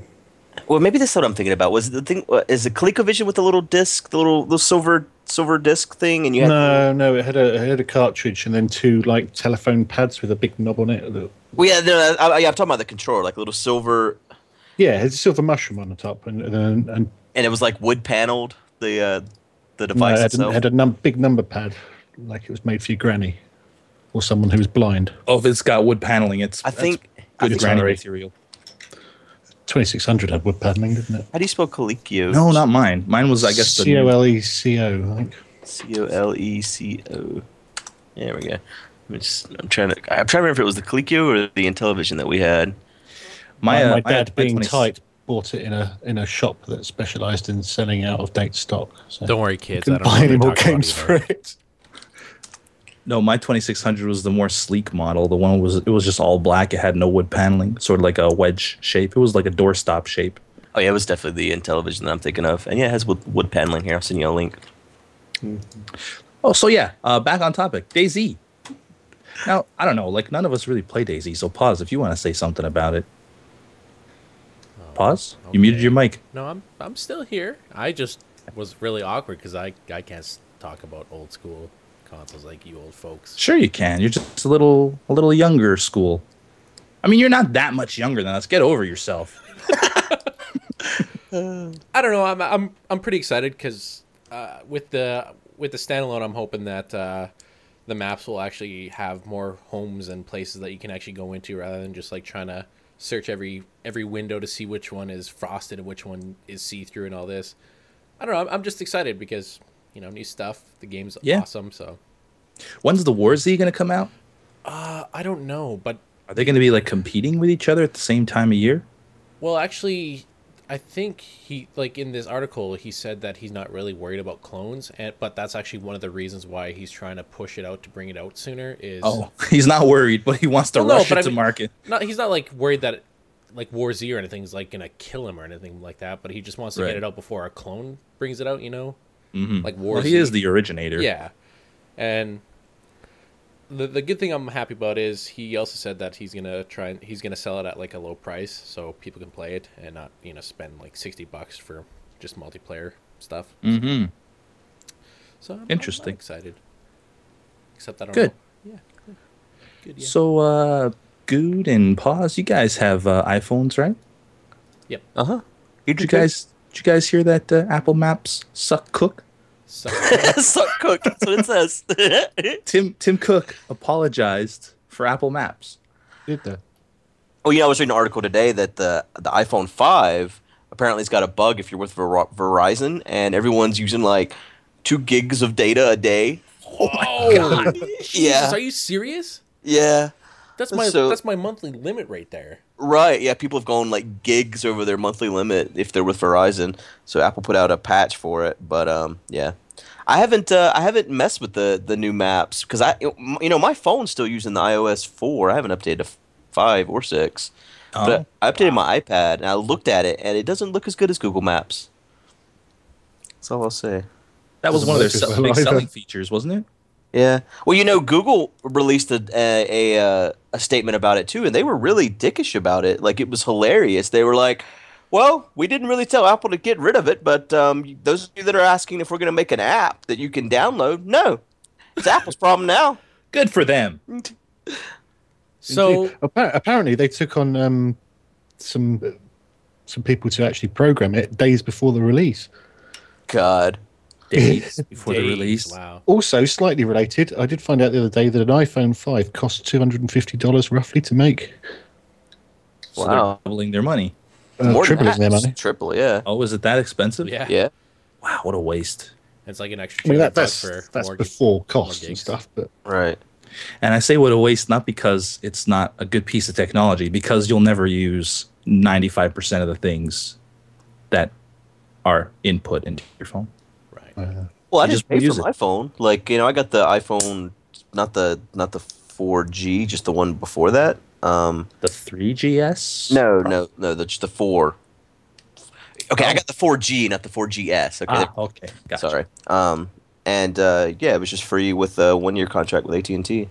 Speaker 1: well, maybe that's what I'm thinking about. Was it the thing? uh, Is the ColecoVision with the little disc, the little, little silver silver disc thing? And you had
Speaker 5: No, no. It had a it had a cartridge and then two like telephone pads with a big knob on it. that-
Speaker 1: Well, yeah, no, I, I, yeah, I'm talking about the controller, like a little silver,
Speaker 5: Yeah, it had a silver mushroom on the top, and and, and
Speaker 1: and it was like wood paneled. The uh, the
Speaker 5: No,
Speaker 1: device
Speaker 5: it had, a-
Speaker 1: itself.
Speaker 5: had a num- big number pad, like it was made for your granny or someone who was blind.
Speaker 3: Oh, if it's got wood paneling, it's
Speaker 1: I
Speaker 3: that's
Speaker 1: think. I
Speaker 3: good
Speaker 1: think-
Speaker 3: granny
Speaker 5: Atari.
Speaker 3: material.
Speaker 5: 2600 had wood padding, didn't it?
Speaker 1: How do you spell Coleco?
Speaker 3: No, not mine. Mine was I guess the
Speaker 5: C O L E C O, I think.
Speaker 1: C O L E C O. There we go. I'm, just, I'm trying to. I'm trying to remember if it was the Coleco or the Intellivision that we had.
Speaker 3: my,
Speaker 5: And
Speaker 3: uh,
Speaker 5: my dad,
Speaker 3: my
Speaker 5: being
Speaker 3: 20
Speaker 5: tight, bought it in a in a shop that specialised in selling out of date stock. So
Speaker 4: Don't worry, kids. I
Speaker 5: couldn't
Speaker 4: don't know
Speaker 5: buy
Speaker 4: what
Speaker 5: any
Speaker 4: we're
Speaker 5: more
Speaker 4: talking about
Speaker 5: games
Speaker 4: either.
Speaker 5: for it.
Speaker 3: No, my 2600 was the more sleek model. The one was it was just all black. It had no wood paneling, sort of like a wedge shape. It was like a doorstop shape.
Speaker 1: Oh yeah, it was definitely the Intellivision that I'm thinking of. And yeah, it has wood, wood paneling here. I'll send you a link.
Speaker 3: Oh, so yeah, uh, back on topic. Daisy. Now I don't know. Like none of us really play Daisy, so pause if you want to say something about it. Pause. You muted
Speaker 4: okay.
Speaker 3: your mic.
Speaker 4: No, I'm I'm still here. I just was really awkward because I I can't s- talk about old school consoles like you old folks.
Speaker 3: Sure, you can. You're just a little a little younger school. I mean, you're not that much younger than us. Get over yourself.
Speaker 4: I don't know. I'm I'm I'm pretty excited because uh, with the with the standalone, I'm hoping that uh, the maps will actually have more homes and places that you can actually go into rather than just like trying to search every every window to see which one is frosted and which one is see through and all this. I don't know. I'm, I'm just excited because you know new stuff. The game's
Speaker 3: Yeah.
Speaker 4: awesome. So
Speaker 3: When's the War Z going to come out?
Speaker 4: uh, I don't know, but
Speaker 3: Are they going to be like competing with each other at the same time of year?
Speaker 4: Well, actually, I think he like in this article he said that he's not really worried about clones, and but that's actually one of the reasons why he's trying to push it out to bring it out sooner. Is
Speaker 3: Oh, he's not worried, but he wants to
Speaker 4: Well, no,
Speaker 3: rush
Speaker 4: but I
Speaker 3: it to
Speaker 4: mean-
Speaker 3: market.
Speaker 4: not he's not like worried that like War Z or anything's like gonna kill him or anything like that, but he just wants to
Speaker 3: Right.
Speaker 4: get it out before a clone brings it out. You know,
Speaker 3: Mhm.
Speaker 4: like War
Speaker 3: Well,
Speaker 4: Z.
Speaker 3: he is the originator.
Speaker 4: Yeah, and the the good thing I'm happy about is he also said that he's gonna try and he's gonna sell it at like a low price so people can play it and not you know spend like sixty bucks for just multiplayer stuff.
Speaker 3: hmm
Speaker 4: So I'm- I'm,
Speaker 3: Interesting.
Speaker 4: excited. Except I don't
Speaker 3: Good.
Speaker 4: know. Yeah. yeah. Good. Yeah.
Speaker 3: So, uh, Good and Pause, you guys have uh, iPhones, right?
Speaker 4: yep.
Speaker 1: Uh huh.
Speaker 3: Did you guys Did you guys hear that uh, Apple Maps suck cook?
Speaker 4: So,
Speaker 1: Suck cook. That's what it says.
Speaker 3: Tim Tim Cook apologized for Apple Maps.
Speaker 5: Did that?
Speaker 1: oh, yeah, I was reading an article today that the the iPhone five apparently has got a bug if you're with Ver- Verizon, and everyone's using like two gigs of data a day.
Speaker 4: oh, God. Jesus,
Speaker 1: Yeah.
Speaker 4: Are you serious?
Speaker 1: Yeah.
Speaker 4: That's my
Speaker 1: So-
Speaker 4: that's my monthly limit right there.
Speaker 1: Right, yeah, people have gone like gigs over their monthly limit if they're with Verizon. So Apple put out a patch for it, but um, yeah, I haven't uh, I haven't messed with the the new maps because I you know my phone's still using the iOS four. I haven't updated to f- five or six, but I updated my iPad and I looked at it and it doesn't look as good as Google Maps. That's all I'll say.
Speaker 3: That was one of their
Speaker 5: Doesn't
Speaker 3: se-
Speaker 5: look
Speaker 3: big
Speaker 5: as well
Speaker 3: selling
Speaker 5: either.
Speaker 3: features, wasn't it?
Speaker 1: Yeah. Well, you know, Google released a a, a, uh, a statement about it too, and they were really dickish about it. Like it was hilarious. They were like, "Well, we didn't really tell Apple to get rid of it, but um, those of you that are asking if we're going to make an app that you can download, no, it's Apple's problem now."
Speaker 3: Good for them.
Speaker 4: So
Speaker 5: Indeed. Appa- apparently they took on um, some some people to actually program it days before the release.
Speaker 1: God.
Speaker 3: Days before the
Speaker 4: Days,
Speaker 3: release.
Speaker 4: Wow.
Speaker 5: Also, slightly related, I did find out the other day that an iPhone 5 costs $250 roughly to make.
Speaker 3: So
Speaker 1: Wow.
Speaker 3: they're doubling their money.
Speaker 5: Uh,
Speaker 1: More than
Speaker 5: tripling
Speaker 1: that.
Speaker 5: their money.
Speaker 1: Triple, yeah.
Speaker 3: Oh, is it that expensive?
Speaker 4: Yeah.
Speaker 1: Yeah.
Speaker 3: Wow, what a waste.
Speaker 4: It's like an
Speaker 5: I
Speaker 4: extra.
Speaker 5: mean, that,
Speaker 4: 200
Speaker 5: that's,
Speaker 4: bucks for
Speaker 5: that's
Speaker 4: more-
Speaker 5: before costs
Speaker 4: more
Speaker 5: and
Speaker 4: gigs.
Speaker 5: stuff, but
Speaker 1: Right.
Speaker 3: And I say what a waste not because it's not a good piece of technology, because you'll never use 95% of the things that are input into your phone.
Speaker 4: Right.
Speaker 1: Well, I just
Speaker 3: You just won't
Speaker 1: paid
Speaker 3: use
Speaker 1: for
Speaker 3: it.
Speaker 1: my phone. Like you know, I got the iPhone, not the not the 4G, just the one before that. Um,
Speaker 3: The 3GS?
Speaker 1: No, no, no. The, just the four. Okay, I got the four G, not the four GS. Okay,
Speaker 3: Oh. Ah, okay. Gotcha.
Speaker 1: sorry. Um, and uh, yeah, it was just free with a one-year contract with AT and T.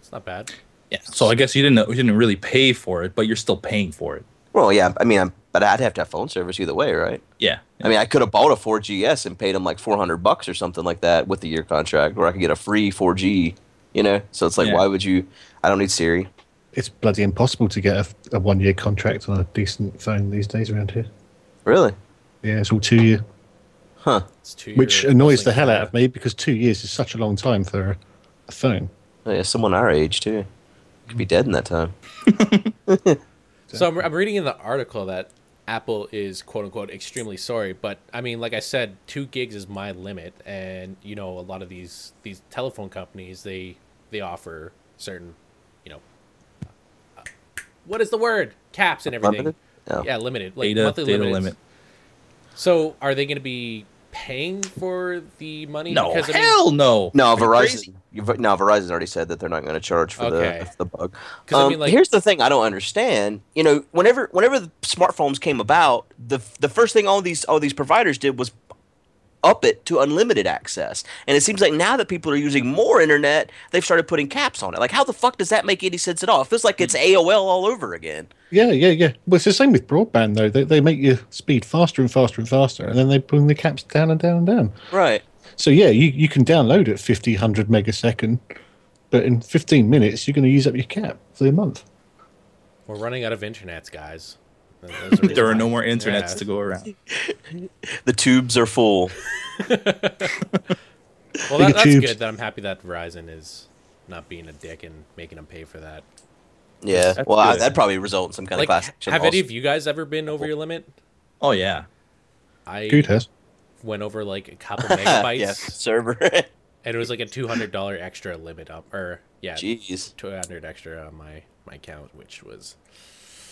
Speaker 4: It's not bad.
Speaker 3: Yeah. So I guess you didn't you didn't really pay for it, but you're still paying for it.
Speaker 1: Well, yeah, I mean, I'm, but I'd have to have phone service either way, right?
Speaker 3: Yeah.
Speaker 1: I mean, I could have bought a four GS and paid them like four hundred bucks or something like that with the year contract, or I could get a free four G. You know, so it's like,
Speaker 3: Yeah.
Speaker 1: why would you? I don't need Siri.
Speaker 5: it's bloody impossible to get a, a one year contract on a decent phone these days around here.
Speaker 1: Really?
Speaker 5: Yeah, it's all two year,
Speaker 1: Huh?
Speaker 4: It's two.
Speaker 5: which annoys the hell out of me because two years is such a long time for a, a phone.
Speaker 1: Oh, yeah, someone our age too could be dead in that time.
Speaker 4: So I'm, I'm reading in the article that Apple is quote unquote extremely sorry, but I mean, like I said, two gigs is my limit, and you know, a lot of these these telephone companies they they offer certain, you know, uh, what is the word caps and everything.
Speaker 1: Limited? No.
Speaker 4: Yeah, limited like
Speaker 3: Data,
Speaker 4: monthly
Speaker 3: data
Speaker 4: limits.
Speaker 3: limit.
Speaker 4: So are they going to be paying for the money?
Speaker 3: No,
Speaker 4: Because, I mean,
Speaker 3: hell no.
Speaker 1: No,
Speaker 3: Are you
Speaker 1: Verizon.
Speaker 3: crazy?
Speaker 1: you no, Verizon's already said that they're not going to charge for
Speaker 4: Okay.
Speaker 1: the the bug.
Speaker 4: 'Cause I
Speaker 1: Um,
Speaker 4: mean, like-
Speaker 1: here's the thing: I don't understand. You know, whenever whenever the smartphones came about, the the first thing all these all these providers did was up it to unlimited access. And it seems like now that people are using more internet, they've started putting caps on it. Like, how the fuck does that make any sense at all? It feels like it's AOL all over again.
Speaker 5: Yeah, yeah, yeah. Well, it's the same with broadband, though. They, they make your speed faster and faster and faster, and then they bring the caps down and down and down.
Speaker 1: Right.
Speaker 5: So, yeah, you, you can download at 50, 100 megasecond, but in 15 minutes, you're going to use up your cap for the month.
Speaker 4: we're running out of internets, guys. There's a reason
Speaker 3: There are
Speaker 4: why-
Speaker 3: no more internets
Speaker 4: Yeah.
Speaker 3: to go around.
Speaker 1: The tubes are full.
Speaker 4: Well,
Speaker 5: Bigger
Speaker 4: that, that's
Speaker 5: tubes.
Speaker 4: good. That I'm happy that Verizon is not being a dick and making them pay for that.
Speaker 1: Yeah.
Speaker 3: That's
Speaker 1: well, I,
Speaker 3: good.
Speaker 1: that'd probably result in some kind
Speaker 4: Like,
Speaker 1: of class
Speaker 4: ha-
Speaker 1: action.
Speaker 4: have any
Speaker 1: lawsuit.
Speaker 4: of you guys ever been over your limit?
Speaker 3: Oh yeah.
Speaker 4: I
Speaker 5: Good has.
Speaker 4: went over like a couple
Speaker 1: Ah,
Speaker 4: megabytes,
Speaker 1: yeah, server.
Speaker 4: and it was like a two hundred dollar extra limit up, or yeah,
Speaker 1: Jeez.
Speaker 4: two hundred extra on my my account, which was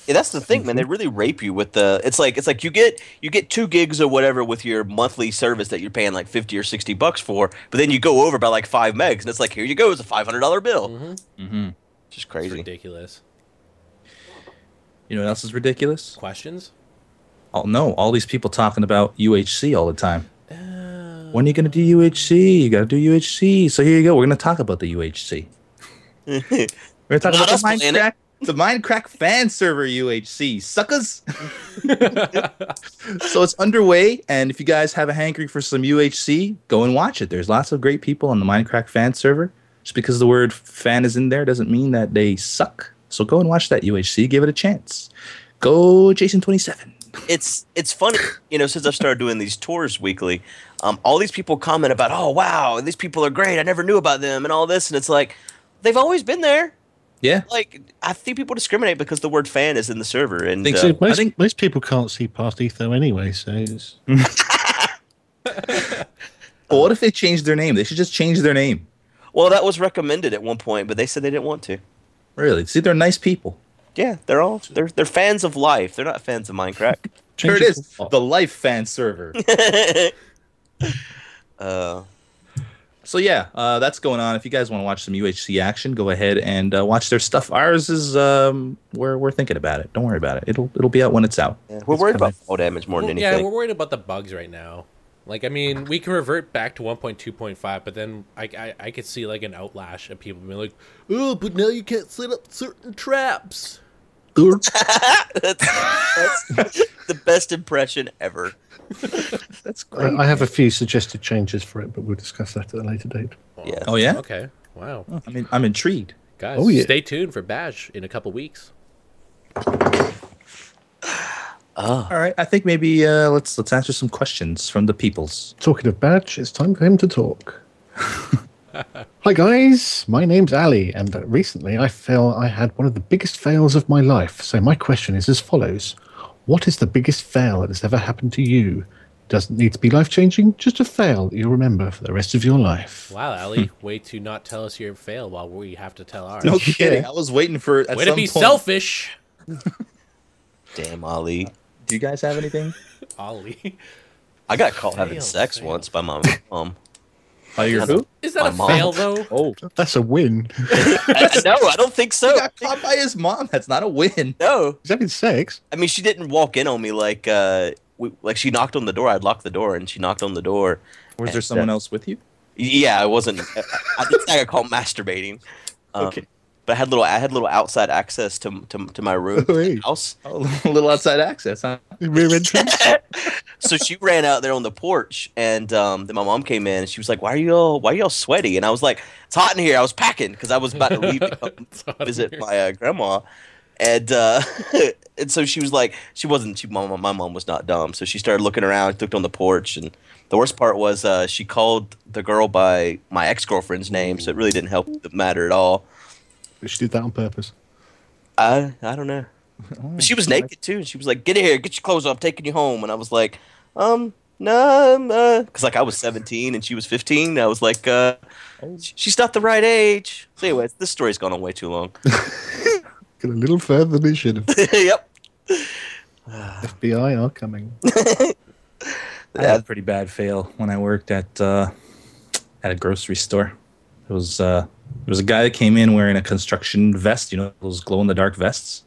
Speaker 1: Yeah, that's the thing, man. They really rape you with the. It's like it's like you get you get two gigs or whatever with your monthly service that you're paying like fifty or sixty bucks for, but then you go over by like five megs, and it's like here you go, it's a five hundred dollar bill.
Speaker 3: Mhm.
Speaker 1: Just
Speaker 4: it's
Speaker 1: crazy.
Speaker 4: ridiculous.
Speaker 3: You know what else is ridiculous?
Speaker 4: Questions?
Speaker 3: Oh no, all these people talking about UHC all the time.
Speaker 1: Oh.
Speaker 3: when are you going to do UHC? You got to do UHC. So here you go. We're going to talk about the UHC. We're going to talk
Speaker 1: Not
Speaker 3: about
Speaker 1: us
Speaker 3: the
Speaker 1: playing it.
Speaker 3: Minecraft, the Minecraft fan server UHC, suckers. so it's underway. And if you guys have a hankering for some UHC, go and watch it. There's lots of great people on the Minecraft fan server. Just because the word fan is in there doesn't mean that they suck. So go and watch that UHC. Give it a chance. Go, Jason27.
Speaker 1: it's it's funny, you know, since I've started doing these tours weekly, um, all these people comment about, oh wow, these people are great. I never knew about them and all this, and it's like they've always been there.
Speaker 3: Yeah.
Speaker 1: Like I think people discriminate because the word fan is in the server, and
Speaker 3: Think
Speaker 1: uh,
Speaker 3: so.
Speaker 5: So most,
Speaker 3: think-
Speaker 5: most people can't see past Etho anyway, so it's,
Speaker 3: But what if they changed their name? They should just change their name.
Speaker 1: well, that was recommended at one point, but they said they didn't want to.
Speaker 3: Really. See, they're nice people.
Speaker 1: Yeah, they're all they're they're fans of life. They're not fans of Minecraft.
Speaker 3: There
Speaker 5: change
Speaker 3: it
Speaker 5: it
Speaker 3: is.
Speaker 5: for-
Speaker 3: The Life fan server.
Speaker 1: uh,
Speaker 3: so yeah, uh, that's going on. If you guys want to watch some UHC action, go ahead and uh, watch their stuff. Ours is um, we're we're thinking about it. Don't worry about it. It'll it'll be out when it's out.
Speaker 1: yeah, we're
Speaker 3: It's
Speaker 1: worried
Speaker 3: coming.
Speaker 1: about fall damage more
Speaker 4: Well,
Speaker 1: than
Speaker 4: yeah,
Speaker 1: anything.
Speaker 4: we're worried about the bugs right now. Like, I mean, we can revert back to 1.2.5, but then I, I, I could see like an outlash of people being like, "Oh, but now you can't set up certain traps."
Speaker 1: that's, that's the best impression ever.
Speaker 3: That's great.
Speaker 5: I, I have a few suggested changes for it, but we'll discuss that at a later date.
Speaker 1: Yeah.
Speaker 3: oh yeah.
Speaker 4: Okay. Wow.
Speaker 3: I mean, I'm intrigued.
Speaker 4: Guys,
Speaker 5: Oh, yeah.
Speaker 4: stay tuned for Bash in a couple weeks.
Speaker 1: Oh,
Speaker 3: All right, I think maybe uh, let's let's answer some questions from the peoples.
Speaker 5: Talking of Badge, it's time for him to talk. Hi guys, my name's Ali, and recently I feel I had one of the biggest fails of my life. So my question is as follows: What is the biggest fail that has ever happened to you? Doesn't need to be life changing, just a fail that you'll remember for the rest of your life.
Speaker 4: Wow, Ali, way to not tell us your fail while we have to tell ours.
Speaker 3: Hmm. No kidding. I was waiting for. At
Speaker 4: way
Speaker 3: some
Speaker 4: to be
Speaker 3: point-
Speaker 4: selfish,
Speaker 1: damn, Ali.
Speaker 3: Do you guys have anything?
Speaker 4: Ollie.
Speaker 1: I got caught having
Speaker 4: Fail,
Speaker 1: sex
Speaker 4: fail.
Speaker 1: once by my mom.
Speaker 3: Oh, your
Speaker 1: who?
Speaker 4: Is that
Speaker 1: My
Speaker 4: a
Speaker 1: mom.
Speaker 4: fail though?
Speaker 3: Oh,
Speaker 5: That's a win.
Speaker 1: I- no, I don't think so.
Speaker 3: he got caught by his mom. That's not a win.
Speaker 1: No,
Speaker 5: Is that in sex?
Speaker 1: I mean she didn't walk in on me like uh, we, like she knocked on the door. I'd locked the door, and she knocked on the door.
Speaker 3: Was there
Speaker 1: And,
Speaker 3: someone
Speaker 1: uh,
Speaker 3: else with you?
Speaker 1: Yeah, I wasn't. I, I think I got called masturbating. Um,
Speaker 3: Okay.
Speaker 1: But I had little. I had little outside access to to, to my room, to
Speaker 5: Hey.
Speaker 1: my house.
Speaker 3: Oh, a little outside access, huh?
Speaker 5: Rear entrance?
Speaker 1: so she ran out there on the porch, and um, then my mom came in, and she was like, "Why are y'all? Why are y'all sweaty?" And I was like, "It's hot in here." I was packing because I was about to leave to come
Speaker 4: It's hot in
Speaker 1: visit
Speaker 4: here.
Speaker 1: my uh, grandma, and uh, and so she was like, she wasn't. She, my, mom- my mom was not dumb, so she started looking around, looked on the porch, and the worst part was uh, she called the girl by my ex girlfriend's name, so it really didn't help the matter at all.
Speaker 5: she did that on purpose.
Speaker 1: I I don't know. But she was naked too, and she was like, "Get here, get your clothes off, taking you home." And I was like, "Um, no, um, uh 'cause because like I was 17 and she was 15. And I was like, uh,
Speaker 3: Oh.
Speaker 1: sh- she's not the right age." So, anyways, this story's gone on way too long.
Speaker 5: Get a little further than it should have.
Speaker 1: yep.
Speaker 5: FBI are coming.
Speaker 3: I had a pretty bad fail when I worked at uh, at a grocery store. It was uh, it was a guy that came in wearing a construction vest. You know those glow in the dark vests.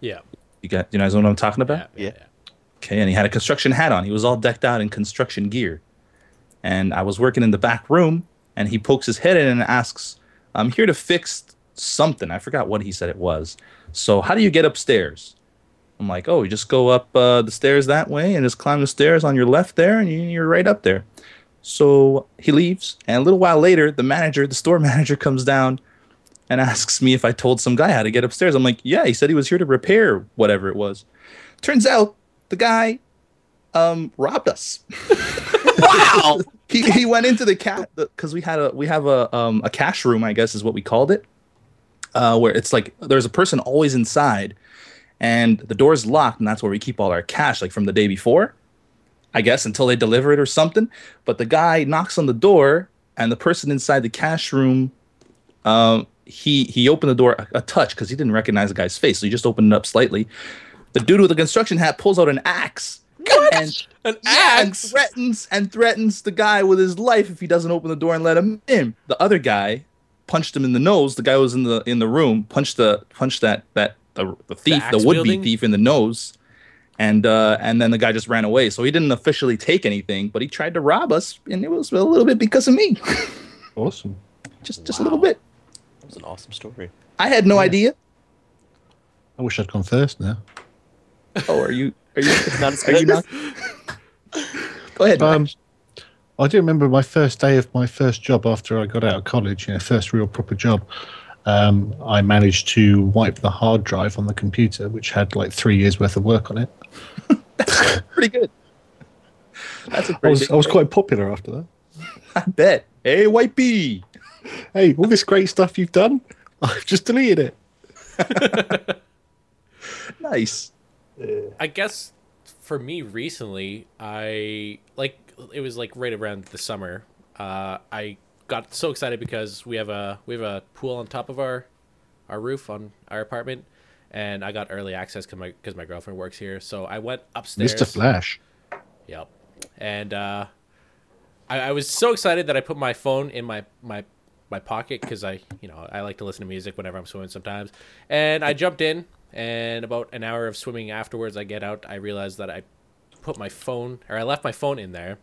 Speaker 4: Yeah.
Speaker 3: You got you guys know what I'm talking about?
Speaker 4: Yeah. Yeah.
Speaker 1: Yeah.
Speaker 4: yeah.
Speaker 3: Okay, and he had a construction hat on. He was all decked out in construction gear. And I was working in the back room, and he pokes his head in and asks, I'm here to fix something. I forgot what he said it was. So, how do you get upstairs? I'm like, oh, you just go up uh, the stairs that way and just climb the stairs on your left there, and you- you're right up there. So he leaves, and a little while later, the manager, the store manager, comes down and asks me if I told some guy how to get upstairs. I'm like, yeah, he said he was here to repair whatever it was. Turns out the guy um, robbed us.
Speaker 1: Wow.
Speaker 3: He, he went into the cat because we had a we have a um, a cash room, I guess is what we called it, uh, where it's like there's a person always inside, and the door's locked, and that's where we keep all our cash, like from the day before, I guess, until they deliver it or something. But the guy knocks on the door, and the person inside the cash room um, he he opened the door a, a touch because he didn't recognize the guy's face, so he just opened it up slightly. The dude with the construction hat pulls out an axe. And,
Speaker 4: An
Speaker 3: yeah, and
Speaker 4: axe.
Speaker 3: threatens and threatens the guy with his life if he doesn't open the door and let him in. The other guy punched him in the nose. The guy was in the in the room, punched the punched that that the, the thief,
Speaker 4: axe
Speaker 3: the, would be
Speaker 4: wielding?
Speaker 3: thief in the nose. And uh, and then the guy just ran away. So he didn't officially take anything, but he tried to rob us, and it was a little bit because of me.
Speaker 5: Awesome.
Speaker 3: just just a little bit.
Speaker 1: That was an awesome story.
Speaker 3: I had no idea.
Speaker 5: I wish I'd gone first now.
Speaker 3: Oh, are you? Are you?
Speaker 1: Not as
Speaker 3: Are you not? Go ahead.
Speaker 5: Um,
Speaker 3: Max.
Speaker 5: I do remember my first day of my first job after I got out of college, you know, first real proper job. Um, I managed to wipe the hard drive on the computer, which had like three years worth of work on it.
Speaker 3: Pretty good. That's a
Speaker 5: I
Speaker 3: pretty
Speaker 5: was,
Speaker 3: big
Speaker 5: I was
Speaker 3: break.
Speaker 5: quite popular after that.
Speaker 3: I bet. Hey, White Bee.
Speaker 5: Hey, all this great stuff you've done, I've just deleted it.
Speaker 3: Nice.
Speaker 4: I guess for me recently, I like it was like right around the summer. Uh, I got so excited because we have a we have a pool on top of our our roof on our apartment, and I got early access because my because my girlfriend works here. So I went upstairs.
Speaker 5: Mr. Flash.
Speaker 4: Yep. And uh, I, I was so excited that I put my phone in my my my pocket because I you know I like to listen to music whenever I'm swimming sometimes. And I jumped in, and about an hour of swimming afterwards, I get out. I realized that I put my phone or I left my phone in there.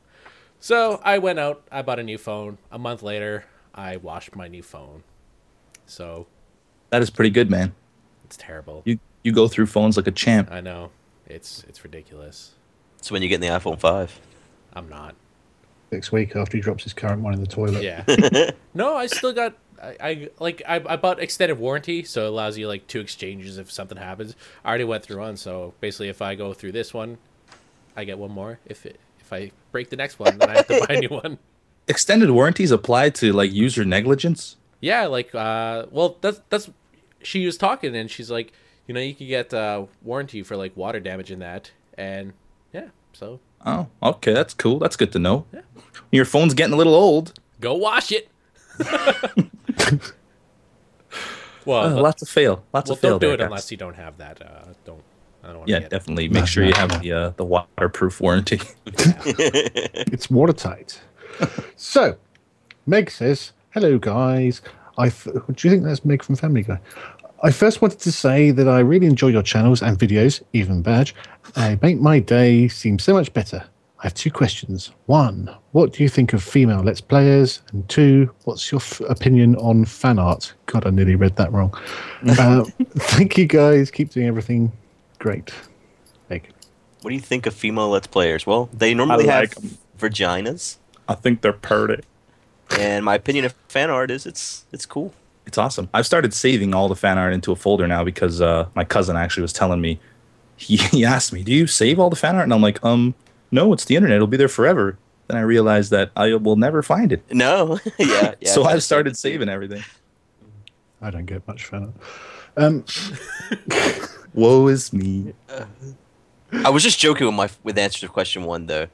Speaker 4: So I went out. I bought a new phone. A month later, I washed my new phone. So
Speaker 3: That is pretty good, man.
Speaker 4: it's terrible.
Speaker 3: You you go through phones like a champ.
Speaker 4: I know. It's it's ridiculous.
Speaker 1: It's when you get in the iPhone 5.
Speaker 4: I'm not.
Speaker 5: Next week after he drops his current one in the toilet.
Speaker 4: Yeah. no, I still got. I, I like I, I bought extended warranty, so it allows you like two exchanges if something happens. I already went through one, so basically, if I go through this one, I get one more. If it, if I break the next one, then I have to buy a new one.
Speaker 3: Extended warranties apply to like user negligence.
Speaker 4: Yeah, like uh, well, that's that's. She was talking, and she's like, you know, you can get uh, warranty for like water damage in that, and yeah, so
Speaker 3: Oh, okay, that's cool. That's good to know. Your phone's getting a little old.
Speaker 4: go wash it. well,
Speaker 3: Oh, lots of fail. Lots
Speaker 4: well,
Speaker 3: of fail.
Speaker 4: don't do
Speaker 3: there,
Speaker 4: it
Speaker 3: guys.
Speaker 4: unless you don't have that. Uh, don't. I don't want to
Speaker 3: Yeah,
Speaker 4: get
Speaker 3: definitely. Make sure you have the uh, the waterproof warranty.
Speaker 5: It's watertight. so, Meg says, "Hello, guys. I f- do you think that's Meg from Family Guy? I first wanted to say that I really enjoy your channels and videos, even badge. They make my day seem so much better. I have two questions. One, what do you think of female Let's Players? And two, what's your f- opinion on fan art? God, I nearly read that wrong. uh, thank you, guys. Keep doing everything great. Meg.
Speaker 1: What do you think of female Let's Players? Well, they normally
Speaker 2: like
Speaker 1: have
Speaker 2: 'em.
Speaker 1: vaginas.
Speaker 2: I think they're purdy.
Speaker 1: And my opinion of fan art is it's it's cool.
Speaker 3: It's awesome. I've started saving all the fan art into a folder now because uh, my cousin actually was telling me. He, he asked me, "Do you save all the fan art?" And I'm like, "Um, no. It's the internet. It'll be there forever." Then I realized that I will never find it.
Speaker 1: No, yeah, yeah.
Speaker 3: so
Speaker 1: I
Speaker 3: I've started saving everything.
Speaker 5: I don't get much fan art. Um,
Speaker 3: Woe is me.
Speaker 1: I was just joking with my with the answer to question one though.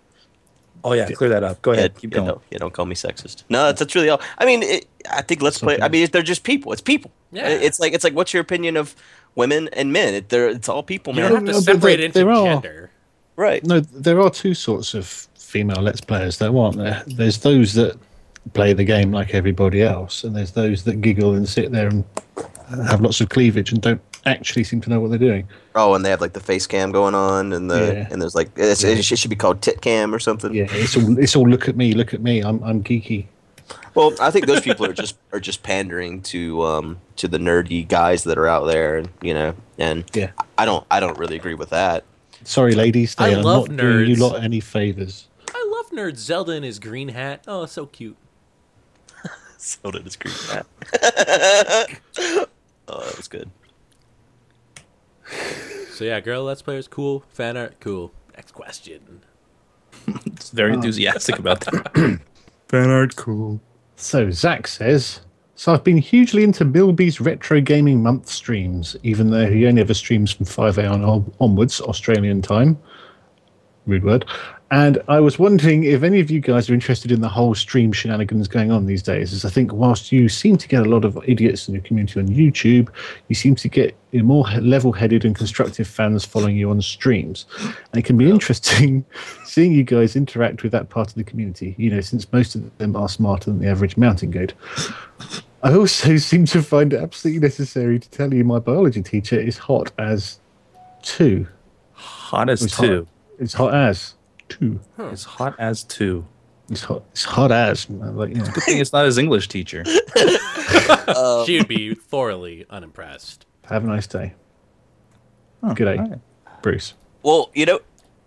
Speaker 3: Oh yeah, clear that up. Go
Speaker 1: Yeah,
Speaker 3: ahead. Keep
Speaker 1: yeah,
Speaker 3: going.
Speaker 1: no, yeah, don't call me sexist. No, that's, that's really all. I mean, it, I think let's play. I mean, they're just people. It's people.
Speaker 4: Yeah.
Speaker 1: It's like it's like what's your opinion of women and men? It, they're it's all people,
Speaker 4: You
Speaker 1: man.
Speaker 4: don't have to
Speaker 5: No, but
Speaker 4: separate
Speaker 5: they-
Speaker 4: it into
Speaker 5: there are.
Speaker 4: gender.
Speaker 1: right.
Speaker 5: No, there are two sorts of female Let's Players, though, aren't there? There's those that play the game like everybody else, and there's those that giggle and sit there and have lots of cleavage and don't actually seem to know what they're doing.
Speaker 1: Oh, and they have like the face cam going on, and the
Speaker 5: Yeah.
Speaker 1: and there's like it's, it should- it should be called tit cam or something.
Speaker 5: Yeah, it's all it's all look at me, look at me, I'm I'm geeky.
Speaker 1: Well, I think those people are just are just pandering to um to the nerdy guys that are out there, and you know, and
Speaker 5: Yeah.
Speaker 1: I don't I don't really agree with that.
Speaker 5: Sorry, ladies,
Speaker 4: I
Speaker 5: they are
Speaker 4: love
Speaker 5: not doing you
Speaker 4: nerds.
Speaker 5: lot any favors.
Speaker 4: I love nerd Zelda in his green hat. Oh, so cute.
Speaker 1: So did his green hat. oh, that was good.
Speaker 4: So yeah, girl, let's players cool. Fan art cool. Next question.
Speaker 3: It's very enthusiastic about that.
Speaker 2: Fan art cool.
Speaker 5: So Zach says, so I've been hugely into Milby's retro gaming month streams, even though he only ever streams from 5 a.m. on- onwards Australian time. Rude word. And I was wondering if any of you guys are interested in the whole stream shenanigans going on these days, as I think whilst you seem to get a lot of idiots in your community on YouTube, you seem to get more level-headed and constructive fans following you on streams. And it can be interesting seeing you guys interact with that part of the community, you know, since most of them are smarter than the average mountain goat. I also seem to find it absolutely necessary to tell you my biology teacher is hot as two.
Speaker 3: Hot as
Speaker 5: It's
Speaker 3: two.
Speaker 5: hot. It's hot as two.
Speaker 3: It's hot as two.
Speaker 5: It's hot. It's hot as. man, Like, you know.
Speaker 3: Good thing it's not his English teacher.
Speaker 4: she would be thoroughly unimpressed.
Speaker 5: Have a nice day. Good day,
Speaker 3: alright.
Speaker 5: Bruce.
Speaker 1: Well, you know,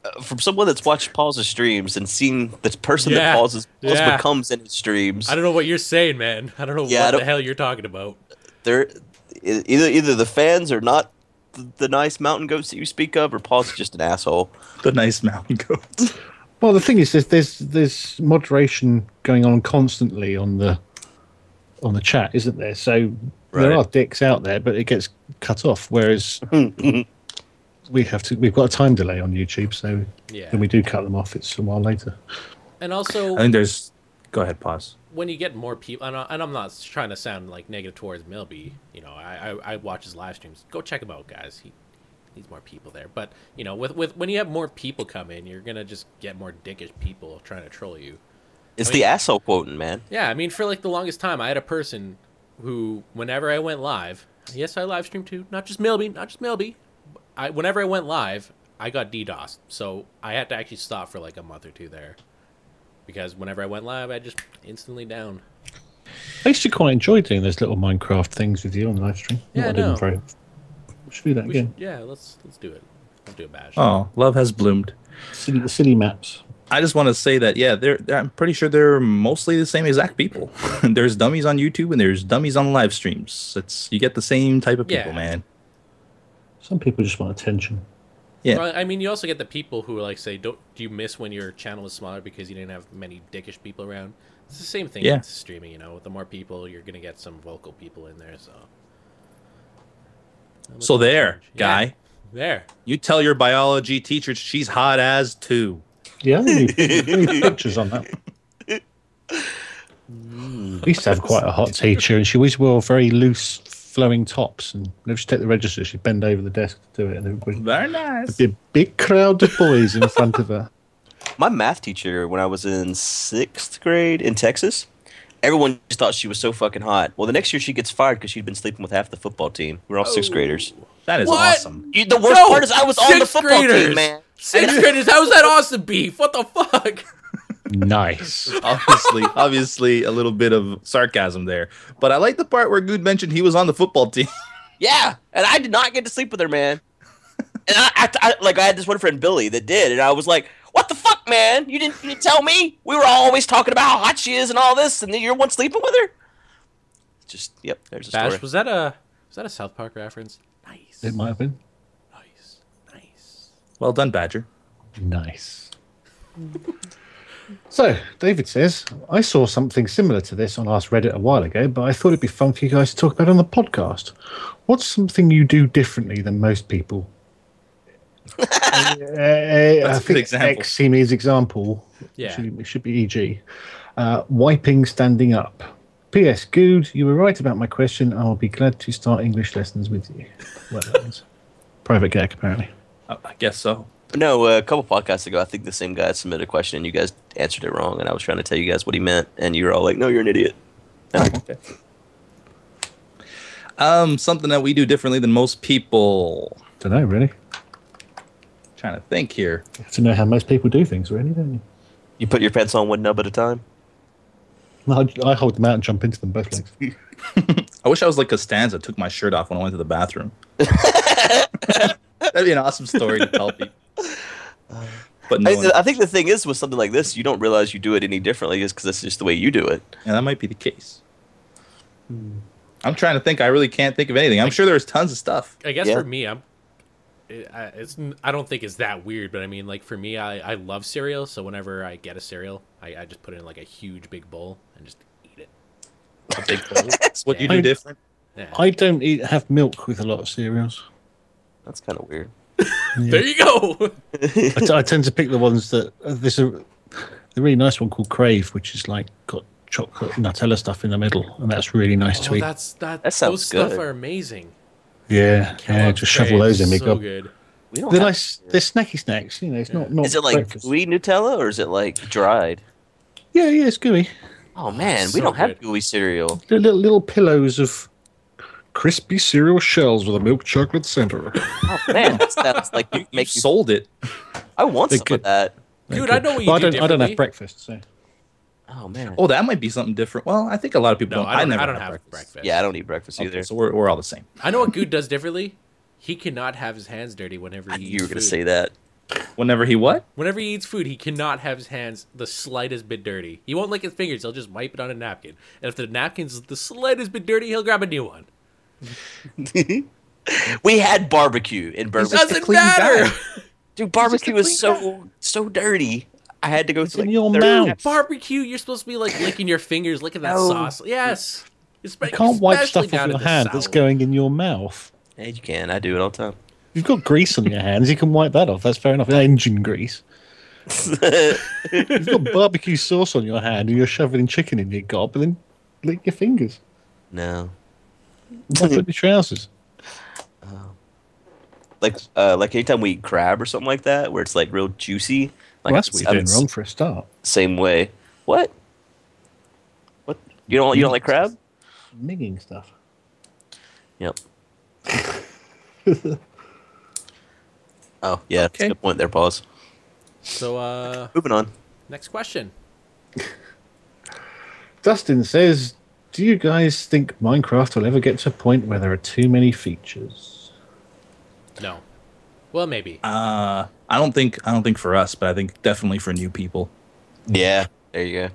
Speaker 1: uh, from someone that's watched Paul's streams and seen the person
Speaker 4: Yeah.
Speaker 1: that Paul's, Paul's
Speaker 4: Yeah.
Speaker 1: becomes in his streams,
Speaker 4: I don't know what you're saying, man. I don't know
Speaker 1: Yeah, I
Speaker 4: what the
Speaker 1: don't-
Speaker 4: hell you're talking about.
Speaker 1: they're e- either either the fans are not the, the nice mountain goats that you speak of, or Paul's just an asshole?
Speaker 3: The nice mountain goats.
Speaker 5: Well, the thing is, there's, there's there's moderation going on constantly on the on the chat, isn't there? So
Speaker 1: Right.
Speaker 5: there are dicks out there, but it gets cut off. Whereas we have to, we've got a time delay on YouTube, so
Speaker 4: Yeah.
Speaker 5: when we do cut them off, it's a while later.
Speaker 4: And also,
Speaker 3: I think there's. Go ahead, pause.
Speaker 4: when you get more people, and, I, and I'm not trying to sound like negative towards Milby, you know, I, I, I watch his live streams. Go check him out, guys. He needs more people there. But you know, with with when you have more people come in, you're gonna just get more dickish people trying to troll you.
Speaker 1: It's
Speaker 4: I mean-
Speaker 1: the asshole quoting, man.
Speaker 4: Yeah, I mean, for like the longest time, I had a person who, whenever I went live, yes, I live streamed too, not just Milby, not just Milby. I whenever I went live, I got DDoS, so I had to actually stop for like a month or two there, because whenever I went live, I just instantly down.
Speaker 5: I used to quite enjoy doing those little Minecraft things with you on live stream. Not
Speaker 4: Yeah, I
Speaker 5: I didn't
Speaker 4: know.
Speaker 5: very- we should do that
Speaker 4: We
Speaker 5: again.
Speaker 4: should, yeah, let's let's do it. Let's do a bash.
Speaker 3: Oh, love has bloomed.
Speaker 5: Silly, the silly maps.
Speaker 3: I just want to say that yeah, they're, they're- I'm pretty sure they're mostly the same exact people. there's dummies on YouTube and there's dummies on live streams. It's you get the same type of people,
Speaker 4: Yeah.
Speaker 3: man.
Speaker 5: Some people just want attention.
Speaker 3: Yeah.
Speaker 4: Well, I mean, you also get the people who like say, "Don't do you miss when your channel is smaller because you didn't have many dickish people around?" It's the same thing
Speaker 3: Yeah.
Speaker 4: with streaming. You know, the more people, you're gonna get some vocal people in there. So,
Speaker 3: So there, guy,
Speaker 4: Yeah. there,
Speaker 3: you tell your biology teacher she's hot as too.
Speaker 5: Yeah, we need pictures on that. We used to have quite a hot teacher, and she always wore very loose, flowing tops. And whenever she take the register, she'd bend over the desk to do it, and everybody
Speaker 3: Very nice.
Speaker 5: be a big crowd of boys in front of her.
Speaker 1: My math teacher, when I was in sixth grade in Texas, everyone just thought she was so fucking hot. Well, the next year she gets fired because she'd been sleeping with half the football team. We were all sixth graders.
Speaker 3: That is
Speaker 4: What?
Speaker 3: awesome.
Speaker 1: You- the worst
Speaker 4: Oh. No,
Speaker 1: part is I was on the
Speaker 4: sixth
Speaker 1: football
Speaker 4: graders!
Speaker 1: team, man.
Speaker 4: sixth graders. How is that awesome beef? What the fuck?
Speaker 5: Nice.
Speaker 3: obviously, obviously, a little bit of sarcasm there. But I like the part where Good mentioned he was on the football team.
Speaker 1: Yeah, and I did not get to sleep with her, man. And I, I, I- like I had this one friend Billy that did, and I was like, "What the fuck, man? You didn't, you didn't tell me. We were always talking about how hot she is and all this, and then you're one sleeping with her." Just yep, there's a
Speaker 4: Bash,
Speaker 1: story.
Speaker 4: was that a was that a South Park reference? Nice,
Speaker 5: It might have been
Speaker 4: nice, nice.
Speaker 3: Well done, Badger.
Speaker 5: nice. So David says, I saw something similar to this on Ask Reddit a while ago, but I thought it'd be fun for you guys to talk about on the podcast. What's something you do differently than most people? Uh, I
Speaker 3: a good
Speaker 5: think
Speaker 3: example.
Speaker 5: X he means example.
Speaker 4: Yeah.
Speaker 5: It should, it should be EG. Uh, wiping standing up. P.S. Good, you were right about my question. I'll be glad to start English lessons with you. Well, that was private gag, apparently.
Speaker 3: I, I guess so.
Speaker 1: No, uh, a couple podcasts ago, I think the same guy submitted a question, and you guys answered it wrong, and I was trying to tell you guys what he meant, and you were all like, "No, you're an idiot."
Speaker 3: Um, something that we do differently than most people.
Speaker 5: Don't know, really.
Speaker 3: trying to think here.
Speaker 5: You have to know how most people do things, really, don't you?
Speaker 1: You put your pants on one nub at a time.
Speaker 5: I, I hold them out and jump into them both legs.
Speaker 3: I wish I was like Costanza, took my shirt off when I went to the bathroom. That'd be an awesome story to tell people. But no,
Speaker 1: I,
Speaker 3: one-
Speaker 1: I think the thing is with something like this, you don't realize you do it any differently, just because that's just the way you do it.
Speaker 3: yeah, that might be the case. I'm trying to think. I really can't think of anything. I'm sure there's tons of stuff.
Speaker 4: I guess
Speaker 1: Yeah.
Speaker 4: for me, I'm. It, I, it's n- I don't think it's that weird, but I mean, like for me, I I love cereal, so whenever I get a cereal, I, I just put it in like a huge big bowl and just eat it.
Speaker 3: A big bowl. That's what you do
Speaker 5: Yeah.
Speaker 3: different.
Speaker 4: Yeah.
Speaker 5: I don't eat have milk with a lot of cereals.
Speaker 1: That's kind of weird.
Speaker 4: There you go.
Speaker 5: I, t- I tend to pick the ones that uh, there's a, a really nice one called Crave, which is like got chocolate Nutella stuff in the middle, and that's really nice to
Speaker 4: Oh,
Speaker 5: eat.
Speaker 4: that's that.
Speaker 1: That sounds
Speaker 4: those stuff
Speaker 1: good.
Speaker 4: are amazing.
Speaker 5: Yeah, yeah,
Speaker 4: Kellogg's
Speaker 5: just shovel
Speaker 4: Grape is
Speaker 5: those in, big
Speaker 4: So
Speaker 5: up.
Speaker 4: good.
Speaker 1: We don't
Speaker 5: They're
Speaker 1: have-
Speaker 5: nice. They're snacky snacks. You know, it's not not.
Speaker 1: Is it like
Speaker 5: Oh, breakfast.
Speaker 1: gooey Nutella or is it like dried?
Speaker 5: Yeah, yeah, it's gooey.
Speaker 1: Oh man, we
Speaker 4: so
Speaker 1: don't have
Speaker 4: good.
Speaker 1: gooey cereal.
Speaker 5: They're Little little pillows of crispy cereal shells with a milk chocolate center.
Speaker 1: Oh man, that sounds like you
Speaker 3: You
Speaker 1: make you.
Speaker 3: sold it.
Speaker 1: I want
Speaker 5: They
Speaker 1: some
Speaker 5: could-
Speaker 1: of that.
Speaker 4: Dude, I know what you
Speaker 5: Well, I
Speaker 4: do
Speaker 5: don't. I don't
Speaker 4: differently.
Speaker 5: have breakfast, so
Speaker 1: Oh man.
Speaker 3: Oh, that might be something different. Well, I think a lot of people.
Speaker 4: No,
Speaker 3: don't.
Speaker 4: I don't. I,
Speaker 3: never
Speaker 4: don't
Speaker 3: had
Speaker 4: have breakfast.
Speaker 1: yeah, I don't eat breakfast
Speaker 3: Okay,
Speaker 1: either.
Speaker 3: so we're, we're all the same.
Speaker 4: I know what Good does differently. He cannot have his hands dirty whenever
Speaker 1: I
Speaker 4: he
Speaker 1: knew
Speaker 4: eats
Speaker 1: you were gonna
Speaker 4: food.
Speaker 1: say that.
Speaker 3: Whenever he what?
Speaker 4: Whenever he eats food, he cannot have his hands the slightest bit dirty. He won't lick his fingers. He'll just wipe it on a napkin. And if the napkin's the slightest bit dirty, he'll grab a new one.
Speaker 1: We had barbecue in
Speaker 4: It
Speaker 1: Burbank.
Speaker 3: a
Speaker 4: doesn't
Speaker 3: clean
Speaker 4: matter.
Speaker 3: guy.
Speaker 1: Dude, barbecue
Speaker 3: He's
Speaker 1: was
Speaker 3: just a clean
Speaker 1: so so dirty. I had to go through
Speaker 5: in
Speaker 1: like
Speaker 5: your
Speaker 1: 30
Speaker 5: mouth.
Speaker 1: laps.
Speaker 4: Barbecue, you're supposed to be like licking your fingers, licking that
Speaker 1: No.
Speaker 4: sauce. Yes. Espe-
Speaker 5: You can't wipe
Speaker 4: especially
Speaker 5: stuff off
Speaker 4: down in
Speaker 5: your
Speaker 4: the
Speaker 5: hand that's
Speaker 4: South.
Speaker 5: going in your mouth.
Speaker 1: Yeah, you can. I do it all the time.
Speaker 5: You've got grease on your hands. You can wipe that off. That's fair enough. Engine grease. You've got barbecue sauce on your hand, and you're shoveling chicken in your gob, and then lick your fingers.
Speaker 1: no,
Speaker 5: Wipe up your trousers.
Speaker 1: like uh, like anytime we eat crab or something like that, where it's like real juicy. Like
Speaker 5: Well, that's what
Speaker 1: I'm
Speaker 5: you're doing
Speaker 1: s-
Speaker 5: wrong for a start.
Speaker 1: Same way. What? What? You don't you don't like crab?
Speaker 5: Migging stuff.
Speaker 1: Yep. oh yeah, that's a
Speaker 3: Okay.
Speaker 1: good point there. Pause.
Speaker 4: So, uh,
Speaker 1: Moving on.
Speaker 4: next question.
Speaker 5: Dustin says, "Do you guys think Minecraft will ever get to a point where there are too many features?"
Speaker 4: No. Well, maybe.
Speaker 3: Uh, I don't think I don't think for us, but I think definitely for new people.
Speaker 1: Yeah. There you go.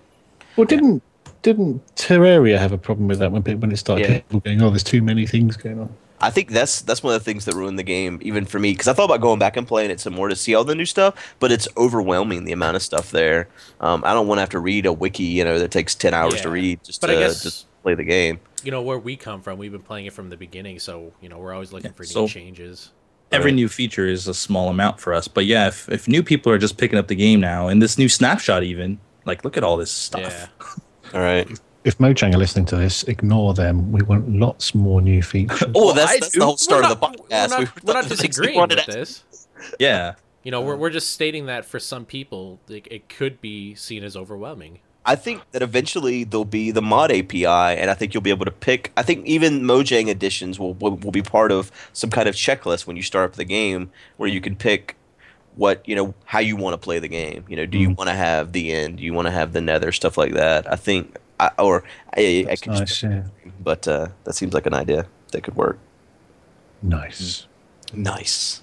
Speaker 5: Well, didn't didn't Terraria have a problem with that when pe- when it started
Speaker 1: Yeah.
Speaker 5: people going, "Oh, there's too many things going on."
Speaker 1: I think that's that's one of the things that ruined the game, even for me, because I thought about going back and playing it some more to see all the new stuff, but it's overwhelming the amount of stuff there. Um, I don't want to have to read a wiki, you know, that takes ten hours to
Speaker 4: Yeah.
Speaker 1: read just
Speaker 4: But
Speaker 1: to
Speaker 4: I guess-
Speaker 1: just play the game.
Speaker 4: You know, where we come from, we've been playing it from the beginning, so, you know, we're always looking
Speaker 3: Yeah,
Speaker 4: for new
Speaker 3: so-
Speaker 4: changes.
Speaker 3: Every
Speaker 1: Right.
Speaker 3: new feature is a small amount for us, but yeah, if, if new people are just picking up the game now, and this new snapshot, even like look at all this stuff.
Speaker 4: Yeah.
Speaker 1: All right.
Speaker 5: If Mojang are listening to this, ignore them. We want lots more new features.
Speaker 1: Oh,
Speaker 3: Well, I
Speaker 1: that's, that's
Speaker 3: do-
Speaker 1: the whole start
Speaker 4: we're
Speaker 1: of the
Speaker 4: not,
Speaker 1: podcast.
Speaker 4: We're
Speaker 1: We
Speaker 4: not, we're not
Speaker 1: thought-
Speaker 4: disagreeing
Speaker 1: wanted
Speaker 4: with
Speaker 1: to-
Speaker 4: this.
Speaker 3: yeah.
Speaker 4: You know, we're, we're just stating that for some people, like, it could be seen as overwhelming.
Speaker 1: I think that eventually there'll be the mod API, and I think you'll be able to pick. I think even Mojang editions will, will will be part of some kind of checklist when you start up the game, where you can pick what you know how you want to play the game. You know, do you
Speaker 5: Mm-hmm.
Speaker 1: want to have the end? Do you want to have the nether stuff like that? I think, I, or I, I
Speaker 5: That's
Speaker 1: could
Speaker 5: nice,
Speaker 1: just,
Speaker 5: yeah.
Speaker 1: but uh, that seems like an idea that could work.
Speaker 5: Nice.
Speaker 1: Nice.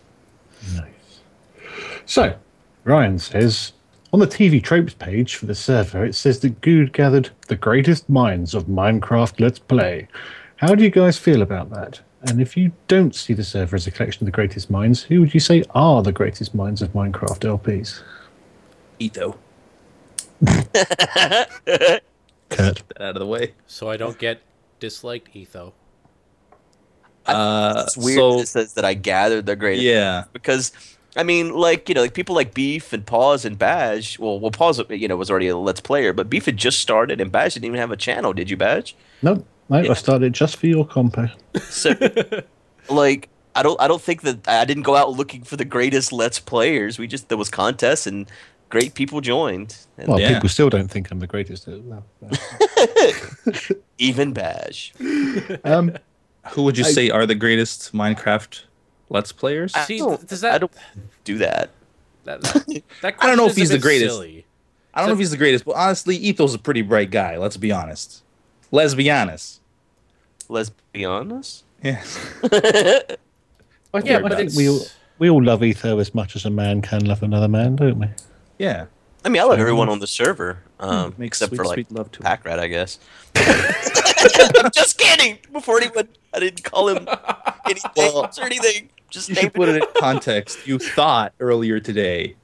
Speaker 5: Nice. So, Ryan says on the TV tropes page for the server, it says that Good gathered the greatest minds of Minecraft Let's Play. How do you guys feel about that? And if you don't see the server as a collection of the greatest minds, who would you say are the greatest minds of Minecraft LPs?
Speaker 3: Ito,
Speaker 5: Kurt.
Speaker 3: get out of the way.
Speaker 4: So I don't get disliked Etho.
Speaker 3: Uh,
Speaker 1: It's weird.
Speaker 3: so-
Speaker 1: that it says that I gathered the greatest.
Speaker 3: yeah,
Speaker 1: because I mean, like you know, like people like Beef and Paws and Badge. Well, well, Paws you know was already a Let's Player, but Beef had just started, and Badge didn't even have a channel, did you, Badge?
Speaker 5: No, no, I started just for your compo.
Speaker 1: So, like, I don't, I don't think that I didn't go out looking for the greatest Let's Players. We just there was contests and great people joined, and
Speaker 5: Well,
Speaker 3: Yeah.
Speaker 5: people still don't think I'm the greatest. at that.
Speaker 1: even Badge.
Speaker 5: um,
Speaker 3: who would you
Speaker 5: I-
Speaker 3: say are the greatest Minecraft Let's players?
Speaker 1: I
Speaker 4: See,
Speaker 1: don't-
Speaker 4: does that-
Speaker 1: I don't do that.
Speaker 4: That, that, that
Speaker 3: I don't know
Speaker 4: question
Speaker 3: if
Speaker 4: is
Speaker 3: he's
Speaker 4: a
Speaker 3: the
Speaker 4: bit
Speaker 3: greatest.
Speaker 4: Silly.
Speaker 3: I don't know if he's the greatest, but honestly, Etho's a pretty bright guy. Let's be honest. Let's be honest.
Speaker 1: Let's be honest.
Speaker 3: Yeah.
Speaker 5: I
Speaker 4: Yeah,
Speaker 5: think,
Speaker 4: but
Speaker 5: I think
Speaker 4: it's-
Speaker 5: we all, we all love Ether as much as a man can love another man, don't we?
Speaker 3: Yeah.
Speaker 1: I mean, I love everyone on the server, um,
Speaker 3: Hmm, Makes
Speaker 1: except
Speaker 3: sweet,
Speaker 1: for like
Speaker 3: sweet love to him.
Speaker 1: Pack rat, I guess. I'm just kidding. Before anyone, I didn't call him anything
Speaker 3: Well,
Speaker 1: or anything. Just
Speaker 3: You
Speaker 1: name
Speaker 3: should
Speaker 1: it.
Speaker 3: put it in context. You thought earlier today.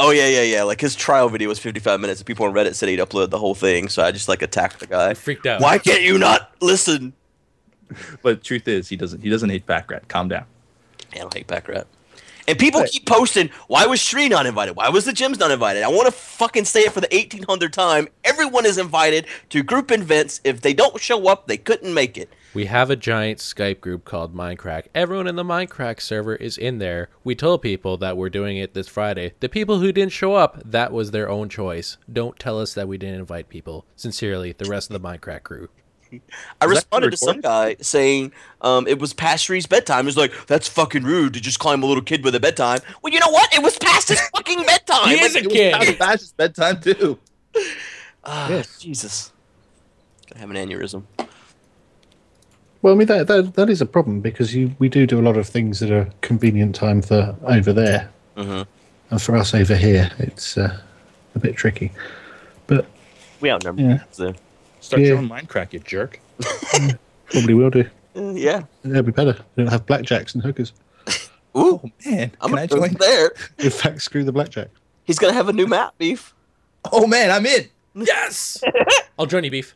Speaker 1: Oh yeah, yeah, yeah. Like his trial video was 55 minutes, and people on Reddit said he'd upload the whole thing. So I just like attacked the guy.
Speaker 4: I freaked out.
Speaker 1: Why can't you not listen?
Speaker 3: But truth is, he doesn't. He doesn't hate Packrat. Calm down.
Speaker 1: Man, I don't hate pack rat. And people keep posting, why was Shree not invited? Why was the gyms not invited? I want to fucking say it for the 1800th time. Everyone is invited to group events. If they don't show up, they couldn't make it.
Speaker 4: We have a giant Skype group called Minecraft. Everyone in the Minecraft server is in there. We told people that we're doing it this Friday. The people who didn't show up, that was their own choice. Don't tell us that we didn't invite people. Sincerely, the rest of the Minecraft crew.
Speaker 1: I
Speaker 3: Was that
Speaker 1: responded to some guy saying um, it was past Ree's bedtime. He was like, "That's fucking rude to just climb a little kid with a bedtime." Well, you know what? It was past his fucking bedtime.
Speaker 4: He is
Speaker 1: Like,
Speaker 4: a kid.
Speaker 3: That was Bash's bedtime too.
Speaker 1: ah,
Speaker 5: Yes.
Speaker 1: Jesus, I have an aneurysm.
Speaker 5: Well, I mean that that, that is a problem because you, we do do a lot of things that are convenient time for over there,
Speaker 4: Mm-hmm.
Speaker 1: Mhm.
Speaker 5: and for us over here, it's uh, a bit tricky. But
Speaker 1: We outnumbered.
Speaker 5: yeah,
Speaker 1: So.
Speaker 3: Start
Speaker 5: Yeah.
Speaker 3: your own Minecraft, you jerk.
Speaker 5: probably will do.
Speaker 1: Uh, yeah.
Speaker 5: That'd be better. They don't have blackjacks and hookers.
Speaker 1: Ooh,
Speaker 3: Oh man,
Speaker 1: I'm
Speaker 3: can
Speaker 1: gonna
Speaker 3: I
Speaker 1: go
Speaker 3: join?
Speaker 1: there.
Speaker 5: In fact, screw the blackjack.
Speaker 1: He's gonna have a new map, beef.
Speaker 3: Oh man, I'm in.
Speaker 4: Yes. I'll join you, beef.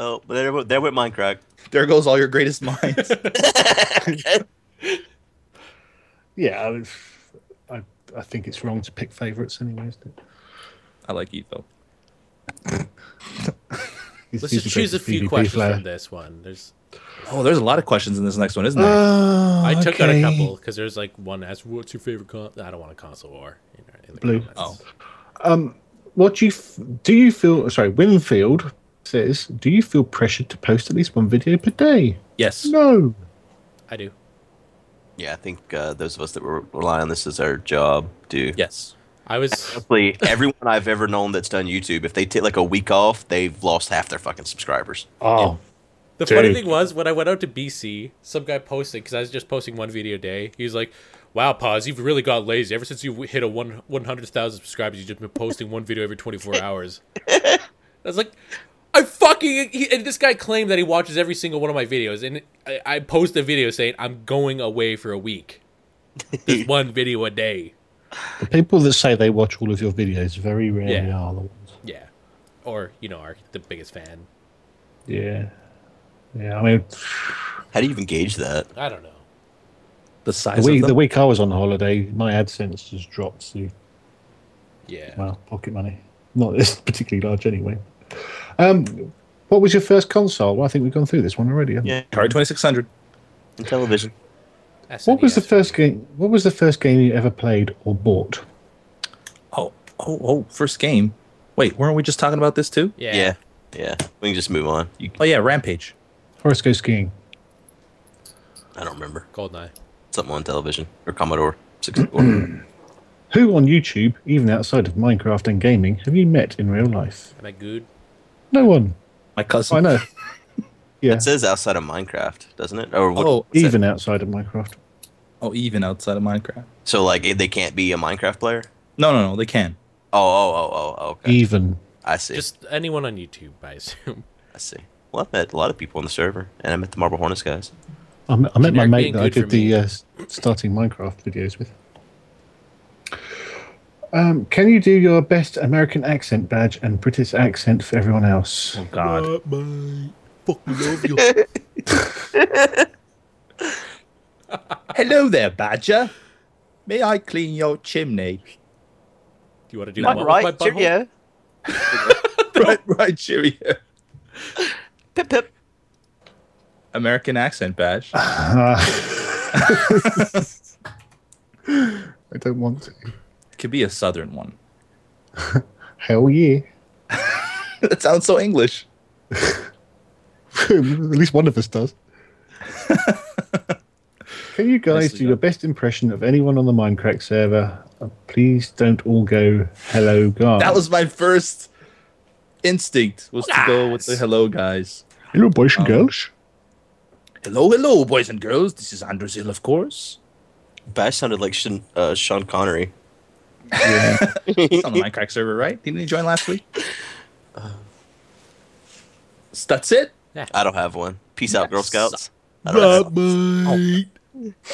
Speaker 1: Oh, but there, went- there went Minecraft.
Speaker 3: There goes all your greatest minds.
Speaker 5: Yeah, I, mean, I, I think it's wrong to pick favourites anyway. Isn't it?
Speaker 3: I like Etho.
Speaker 5: He's-
Speaker 4: Let's
Speaker 5: he's
Speaker 4: just
Speaker 5: the
Speaker 4: choose a
Speaker 5: greatest
Speaker 4: few
Speaker 5: PvP
Speaker 4: questions
Speaker 5: player.
Speaker 4: from this one. There's
Speaker 3: Oh, there's a lot of questions in this next one, isn't there?
Speaker 5: Oh,
Speaker 4: I took out a
Speaker 5: okay.
Speaker 4: couple because there's like one asked, "What's your favorite con?" I don't want a console war. In, in the
Speaker 5: Blue.
Speaker 4: Comments.
Speaker 5: What do you f- do? You feel sorry? Winfield says, "Do you feel pressured to post at least one video per day?"
Speaker 3: yes.
Speaker 5: No.
Speaker 4: I do.
Speaker 1: Yeah, I think uh, those of us that re- rely on this as our job do.
Speaker 3: Yes.
Speaker 4: I was.
Speaker 1: Honestly, everyone I've ever known that's done YouTube, if they take like a week off, they've lost half their fucking subscribers.
Speaker 5: Oh,
Speaker 4: The funny
Speaker 5: Dude.
Speaker 4: thing was when I went out to BC, some guy posted because I was just posting one video a day. He was like, "Wow, Paws, you've really got lazy. Ever since you hit a one one hundred thousand subscribers, you've just been posting one video every twenty four hours." I was like, "I fucking." He, and this guy claimed that he watches every single one of my videos, and I, I post a video saying I'm going away for a week. Just one video a day.
Speaker 5: the people that say they watch all of your videos very rarely
Speaker 4: Yeah.
Speaker 5: are the ones.
Speaker 4: Yeah, or you know, are the biggest fan.
Speaker 5: Yeah. Yeah, I mean,
Speaker 1: How do you even gauge that?
Speaker 4: I don't know.
Speaker 3: The
Speaker 5: the
Speaker 3: size
Speaker 5: week,
Speaker 3: of
Speaker 5: the
Speaker 3: them.
Speaker 5: week I was on holiday, my AdSense just dropped to
Speaker 4: Yeah.
Speaker 5: well, pocket money. Not it's particularly large anyway. Um, what was your first console? Well, I think we've gone through this one already. haven't we?
Speaker 1: Yeah,
Speaker 3: Atari 2600.
Speaker 1: in television.
Speaker 5: What was the
Speaker 4: SNES for
Speaker 5: first game? What was the first game you ever played or bought?
Speaker 3: Oh, oh, oh, first game. Wait, weren't we just talking about this too?
Speaker 4: me. Yeah.
Speaker 1: Yeah, yeah. We can just move on. You,
Speaker 3: Oh yeah, Rampage.
Speaker 5: Horace goes skiing.
Speaker 1: I don't remember
Speaker 4: Goldeneye.
Speaker 1: something on television or Commodore
Speaker 3: Mm-hmm.
Speaker 1: 64.
Speaker 5: Who on YouTube, even outside of Minecraft and gaming, have you met in real life?
Speaker 4: Am I good?
Speaker 5: No one.
Speaker 3: My cousin.
Speaker 5: I know. Yeah,
Speaker 1: it says outside of Minecraft, doesn't it? Or what,
Speaker 3: Oh,
Speaker 5: even outside of Minecraft.
Speaker 3: Oh, even outside of Minecraft.
Speaker 1: so like they can't be a Minecraft player.
Speaker 3: No, no, no, they can.
Speaker 1: Oh, oh, oh, oh. Okay,
Speaker 5: Even.
Speaker 1: I see.
Speaker 4: Just anyone on YouTube, I assume.
Speaker 1: I see. Well, I met a lot of people on the server, and I met the Marble Hornets guys.
Speaker 5: I met, I met my
Speaker 4: Generic
Speaker 5: mate
Speaker 4: being
Speaker 5: that I
Speaker 4: good
Speaker 5: did
Speaker 4: for me.
Speaker 5: the uh, s- starting Minecraft videos with. Um, can you do your best American accent badge and British accent for everyone else?
Speaker 3: Oh God. Hello there, Badger. May I clean your chimney?
Speaker 4: Do you want to do that one with my butthole?
Speaker 3: right, right, cheerio.
Speaker 1: Pip pip.
Speaker 3: American accent badge.
Speaker 5: Ah, I don't want to.
Speaker 3: Could be a southern one.
Speaker 5: Hell yeah.
Speaker 3: that sounds so English.
Speaker 5: At least one of us does. Can you guys
Speaker 3: Nicely
Speaker 5: do your
Speaker 3: done.
Speaker 5: best impression of anyone on the Minecraft server? Uh, Please don't all go, hello, guys.
Speaker 3: That was my first instinct was to go with the
Speaker 4: Yes.
Speaker 3: hello guys.
Speaker 5: hello, boys
Speaker 4: Oh,
Speaker 5: and girls.
Speaker 3: Hello, hello, boys and girls. This is Anders Hill, of course.
Speaker 1: Bash sounded like Sean, uh, Sean Connery.
Speaker 3: He's on the Minecraft server, right? Didn't he join last week? So that's it.
Speaker 1: I don't have one. Peace out, Girl Scouts. I don't have one.
Speaker 2: Bye.
Speaker 3: Oh.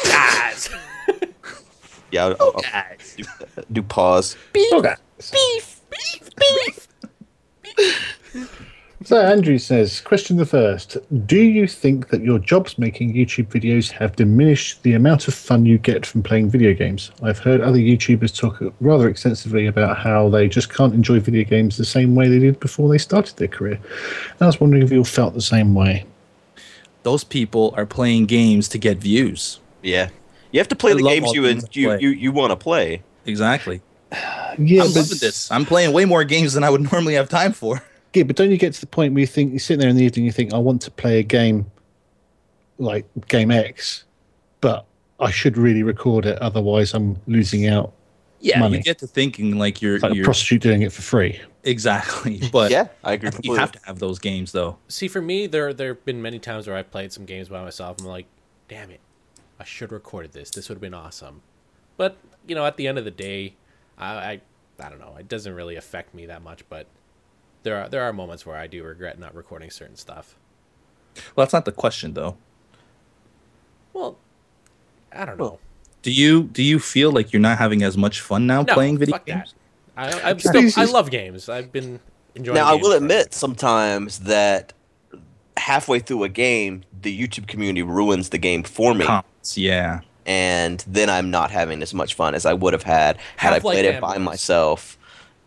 Speaker 4: Guys!
Speaker 1: Yeah, I'll, I'll- I'll
Speaker 3: Guys.
Speaker 1: do, do pause.
Speaker 5: Okay. So Andrew says, question the first: Do you think that your jobs making YouTube videos have diminished the amount of fun you get from playing video games? I've heard other YouTubers talk rather extensively about how they just can't enjoy video games the same way they did before they started their career. And I was wondering if you all felt the same way.
Speaker 3: Those people are playing games to get views.
Speaker 1: Yeah, you have to play
Speaker 3: I
Speaker 1: the
Speaker 3: love
Speaker 1: games
Speaker 3: all
Speaker 1: you
Speaker 3: things
Speaker 1: and
Speaker 3: I
Speaker 1: you,
Speaker 3: play.
Speaker 1: you you want to play.
Speaker 3: Exactly.
Speaker 5: Yeah,
Speaker 3: I'm loving this. I'm playing way more games than I would normally have time for.
Speaker 5: Yeah, but don't you get to the point where you think you're sitting there in the evening, you think, I want to play a game like game X, but I should really record it, otherwise I'm losing out.
Speaker 3: Yeah,
Speaker 5: Money.
Speaker 3: you get to thinking like you're,
Speaker 5: It's like a
Speaker 3: you're
Speaker 5: prostitute doing it for free.
Speaker 3: exactly. But
Speaker 1: yeah, I agree.
Speaker 3: I think you
Speaker 1: completely.
Speaker 3: have to have those games though.
Speaker 4: See, for me, there there have been many times where I've played some games by myself. I'm like, damn it, I should have recorded this. This would have been awesome. But you know, at the end of the day, I, I I don't know. It doesn't really affect me that much. But there are there are moments where I do regret not recording certain stuff.
Speaker 3: Well, that's not the question though.
Speaker 4: Well, I don't know.
Speaker 3: Do you do you feel like you're not having as much fun now
Speaker 4: No,
Speaker 3: playing video
Speaker 4: fuck
Speaker 3: games?
Speaker 4: that. I, I'm
Speaker 5: Yeah.
Speaker 4: still. I
Speaker 5: Jesus.
Speaker 4: love games. I've been enjoying.
Speaker 1: Now, I
Speaker 4: games
Speaker 1: will
Speaker 4: forever.
Speaker 1: admit sometimes that halfway through a game, the YouTube community ruins the game for me,
Speaker 3: Comments, yeah.
Speaker 1: and then I'm not having as much fun as I would have had had I
Speaker 4: Half-Life
Speaker 1: played it by
Speaker 4: fanboys.
Speaker 1: myself.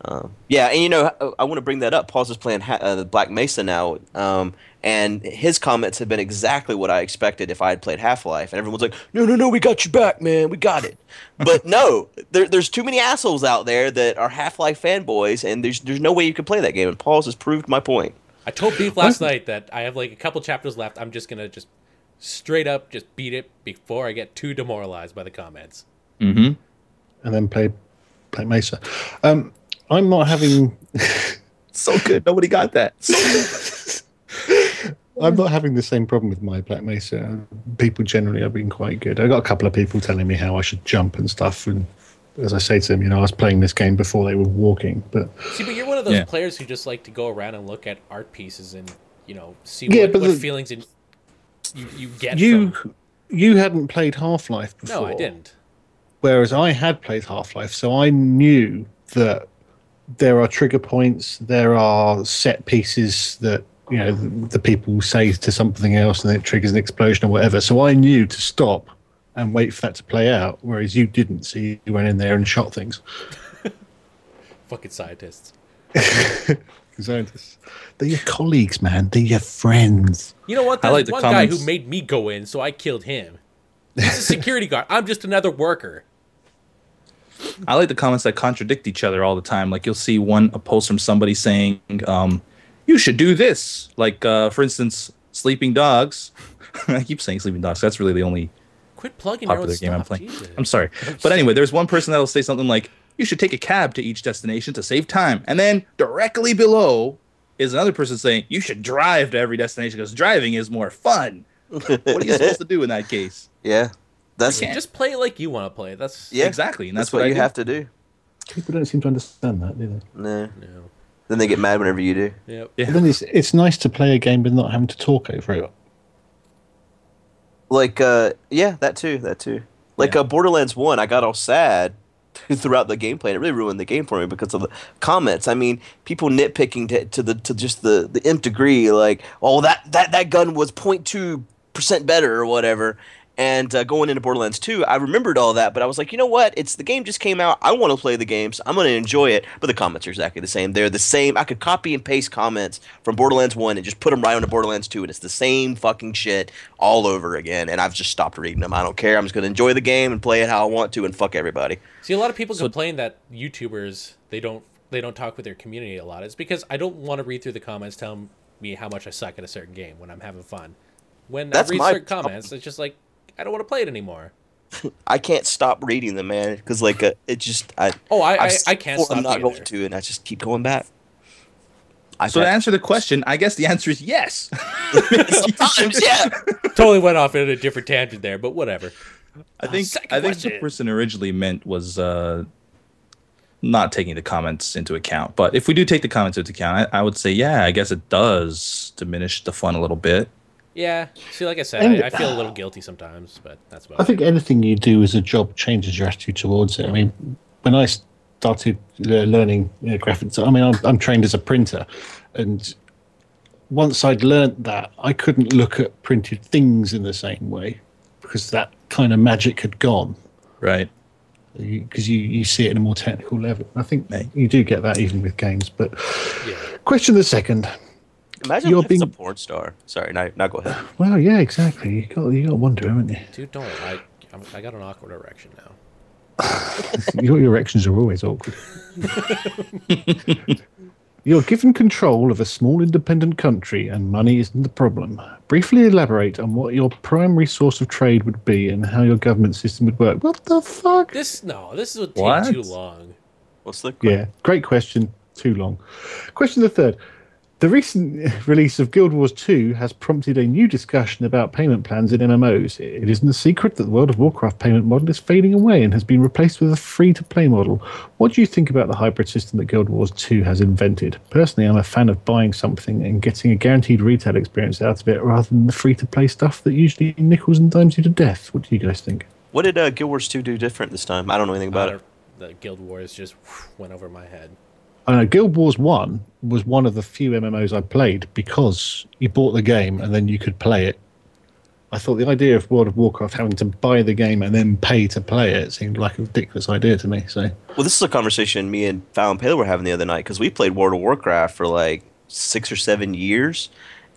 Speaker 1: Um, yeah, and you know, I, I want to bring that up. Paul's is playing ha- uh, the Black Mesa now, um, and his comments have been exactly what I expected if I had played Half Life. And everyone's like, "No, no, no, we got you back, man. We got it." but no, there, there's too many assholes out there that are Half Life fanboys, and there's there's no way you can play that game. And Paul's has proved my point.
Speaker 4: I told Beef last night that I have like a couple chapters left. I'm just gonna just straight up just beat it before I get too demoralized by the comments.
Speaker 3: Mm-hmm.
Speaker 5: and then play play Mesa. Um, I'm not having
Speaker 3: So good. Nobody got that. So good.
Speaker 5: I'm not having the same problem with my Black Mesa. People generally have been quite good. I got a couple of people telling me how I should jump and stuff, and as I say to them, you know, I was playing this game before they were walking, but
Speaker 4: See, but you're one of those
Speaker 3: Yeah.
Speaker 4: players who just like to go around and look at art pieces and you know see
Speaker 5: Yeah,
Speaker 4: what,
Speaker 5: but
Speaker 4: what
Speaker 5: the-
Speaker 4: feelings in, you you get.
Speaker 5: you
Speaker 4: from-
Speaker 5: you hadn't played Half Life before.
Speaker 4: no, I didn't.
Speaker 5: Whereas I had played Half Life, so I knew that there are trigger points, there are set pieces that you know the, the people say to something else, and it triggers an explosion or whatever. So I knew to stop and wait for that to play out. Whereas you didn't, so you went in there and shot things.
Speaker 4: Fucking scientists.
Speaker 5: Scientists, they're your colleagues, man. They're your friends.
Speaker 4: You know what?
Speaker 3: I
Speaker 4: There's
Speaker 3: like the
Speaker 4: one guy
Speaker 3: comments.
Speaker 4: who made me go in, so I killed him. He's a security guard. I'm just another worker.
Speaker 3: I like the comments that contradict each other all the time. Like you'll see one a post from somebody saying, um, "You should do this." Like uh, for instance, Sleeping Dogs. I keep saying Sleeping Dogs. That's really the only
Speaker 4: Quit plugging your own
Speaker 3: popular game
Speaker 4: stuff.
Speaker 3: I'm playing.
Speaker 4: Jesus.
Speaker 3: I'm sorry, but anyway, there's one person that'll say something like, "You should take a cab to each destination to save time," and then directly below is another person saying, "You should drive to every destination because driving is more fun." what are you supposed to do in that case?
Speaker 1: Yeah, that's
Speaker 3: You can't.
Speaker 4: Just play it like you want to play. it. That's
Speaker 1: yeah,
Speaker 3: Exactly, and
Speaker 1: That's,
Speaker 3: that's,
Speaker 1: what,
Speaker 3: I
Speaker 1: you
Speaker 3: do.
Speaker 1: have to do.
Speaker 5: People don't seem to understand that, do they?
Speaker 1: No.
Speaker 4: No.
Speaker 1: Then they get mad whenever you do.
Speaker 4: Yep.
Speaker 3: Yeah.
Speaker 5: But then it's it's nice to play a game but not having to talk over it.
Speaker 1: Like, uh, yeah, that too, that too. Like
Speaker 3: Yeah.
Speaker 1: uh, Borderlands One, I got all sad throughout the gameplay. and It really ruined the game for me because of the comments. I mean, people nitpicking to, to the to just the the nth degree. Like, oh, that that that gun was 02 percent better or whatever. And uh, going into Borderlands 2, I remembered all that, but I was like, you know what? It's the game just came out. I want to play the game, so I'm going to enjoy it. But the comments are exactly the same. They're the same. I could copy and paste comments from Borderlands 1 and just put them right onto Borderlands 2, and it's the same fucking shit all over again. And I've just stopped reading them. I don't care. I'm just going to enjoy the game and play it how I want to and fuck everybody.
Speaker 4: See, a lot of people complain that YouTubers they don't they don't talk with their community a lot. It's because I don't want to read through the comments telling me how much I suck at a certain game when I'm having fun. When
Speaker 1: That's
Speaker 4: I read
Speaker 1: my
Speaker 4: certain comments, it's just like I don't want to play it anymore.
Speaker 1: I can't stop reading them, man, because, like, uh, it just. I,
Speaker 4: Oh, I I,
Speaker 1: I've
Speaker 4: I can't
Speaker 1: swore
Speaker 4: stop
Speaker 1: I'm not
Speaker 4: you
Speaker 1: going
Speaker 4: there.
Speaker 1: to, and I just keep going back. I
Speaker 3: So to answer the question, I guess the answer is yes.
Speaker 1: sometimes, yeah.
Speaker 4: totally went off in a different tangent there, but whatever.
Speaker 3: I think
Speaker 4: second
Speaker 3: I think
Speaker 4: question.
Speaker 3: the person originally meant was uh, not taking the comments into account. But if we do take the comments into account, I, I would say yeah, I guess it does diminish the fun a little bit.
Speaker 4: Yeah. See, like I said,
Speaker 5: And-
Speaker 4: I, I feel a little guilty sometimes, but that's about
Speaker 5: I
Speaker 4: it.
Speaker 5: think anything you do as a job changes your attitude towards it. I mean, when I started le- learning you know, graphics, I mean, I'm, I'm trained as a printer, and once I'd learnt that, I couldn't look at printed things in the same way because that kind of magic had gone.
Speaker 3: Right.
Speaker 5: Because you, you see it in a more technical level. I think
Speaker 3: Mate.
Speaker 5: you do get that even with games. But
Speaker 4: Yeah.
Speaker 5: question the second.
Speaker 1: Imagine
Speaker 5: You're
Speaker 1: if it's a
Speaker 5: being-
Speaker 1: porn star. Sorry, now, now go ahead.
Speaker 5: Well, yeah, exactly. You got you got to wonder, haven't you?
Speaker 4: Dude, don't. I I'm, I got an awkward erection now.
Speaker 5: Your erections are always awkward. You're given control of a small independent country, and money isn't the problem. Briefly elaborate on what your primary source of trade would be and how your government system would work. What the fuck?
Speaker 4: This no, this would take
Speaker 3: What?
Speaker 4: too long.
Speaker 1: What's the
Speaker 5: Yeah, great question. Too long. Question the third. The recent release of Guild Wars 2 has prompted a new discussion about payment plans in MMOs. It isn't a secret that the World of Warcraft payment model is fading away and has been replaced with a free to play model. What do you think about the hybrid system that Guild Wars 2 has invented? Personally, I'm a fan of buying something and getting a guaranteed retail experience out of it rather than the free to play stuff that usually nickels and dimes you to death. What do you guys think?
Speaker 1: What did uh, Guild Wars 2 do different this time? I don't know anything about
Speaker 4: Uh,
Speaker 1: it.
Speaker 4: the Guild Wars just went over my head.
Speaker 5: I know Uh, Guild Wars One was one of the few MMOs I played because you bought the game and then you could play it. I thought the idea of World of Warcraft having to buy the game and then pay to play it seemed like a ridiculous idea to me. So
Speaker 1: Well, this is a conversation me and Fallon Pale were having the other night because we played World of Warcraft for like six or seven years,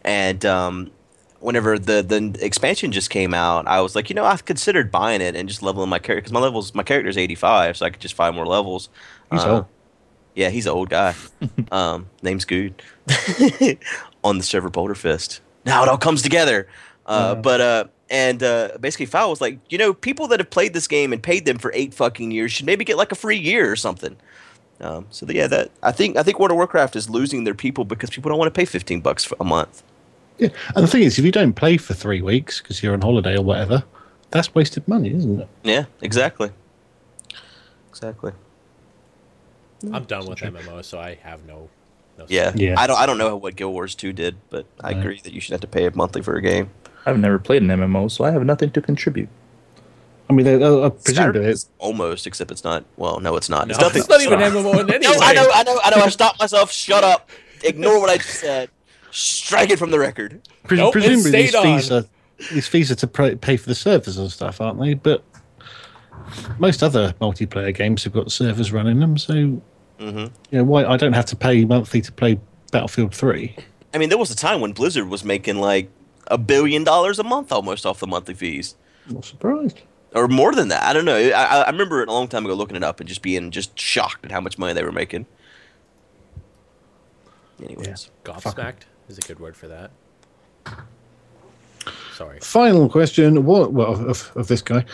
Speaker 1: and um, whenever the the expansion just came out, I was like, you know, I've considered buying it and just leveling my character because my levels my character's eighty five, so I could just find more levels. Uh,
Speaker 5: He's old.
Speaker 1: Yeah, he's an old guy. um, name's Good. On the server Boulder Fist. Now it all comes together. Uh, But uh, and uh, basically, Foul was like, you know, people that have played this game and paid them for eight fucking years should maybe get like a free year or something. Um, so yeah, that I think I think World of Warcraft is losing their people because people don't want to pay fifteen bucks for a month.
Speaker 5: yeah, and the thing is, if you don't play for three weeks because you're on holiday or whatever, that's wasted money, isn't it?
Speaker 1: Yeah, exactly, exactly.
Speaker 4: I'm done with MMO, so I have no. no
Speaker 1: Yeah,
Speaker 5: Yeah.
Speaker 1: I don't I don't know what Guild Wars two did, but I
Speaker 5: Right.
Speaker 1: agree that you should have to pay monthly for a game.
Speaker 3: I've never played an MMO, so I have nothing to contribute.
Speaker 5: I mean, they- I, I presume that it's
Speaker 1: It's almost, except it's not. Well, no, it's not.
Speaker 4: No,
Speaker 1: it's nothing.
Speaker 4: it's not even MMO in any
Speaker 1: No,
Speaker 4: way.
Speaker 1: I know, I know, I know. I stopped myself. Shut up. Ignore what I just said. Strike it from the record.
Speaker 5: pres-
Speaker 4: Nope, it
Speaker 5: presumably these
Speaker 4: stayed
Speaker 5: fees
Speaker 4: on.
Speaker 5: are these fees are to pay, pay for the servers and stuff, aren't they? But most other multiplayer games have got servers running them, so
Speaker 1: Mhm.
Speaker 5: you know why I don't have to pay monthly to play Battlefield Three.
Speaker 1: I mean, there was a time when Blizzard was making like a billion dollars a month almost off the monthly fees,
Speaker 5: I'm not surprised.
Speaker 1: or more than that. I don't know. I, I- I remember it a long time ago looking it up and just being just shocked at how much money they were making. Anyways,
Speaker 4: Gobsmacked is a good word for that. Sorry.
Speaker 5: Final question: What well, of, of, of this guy?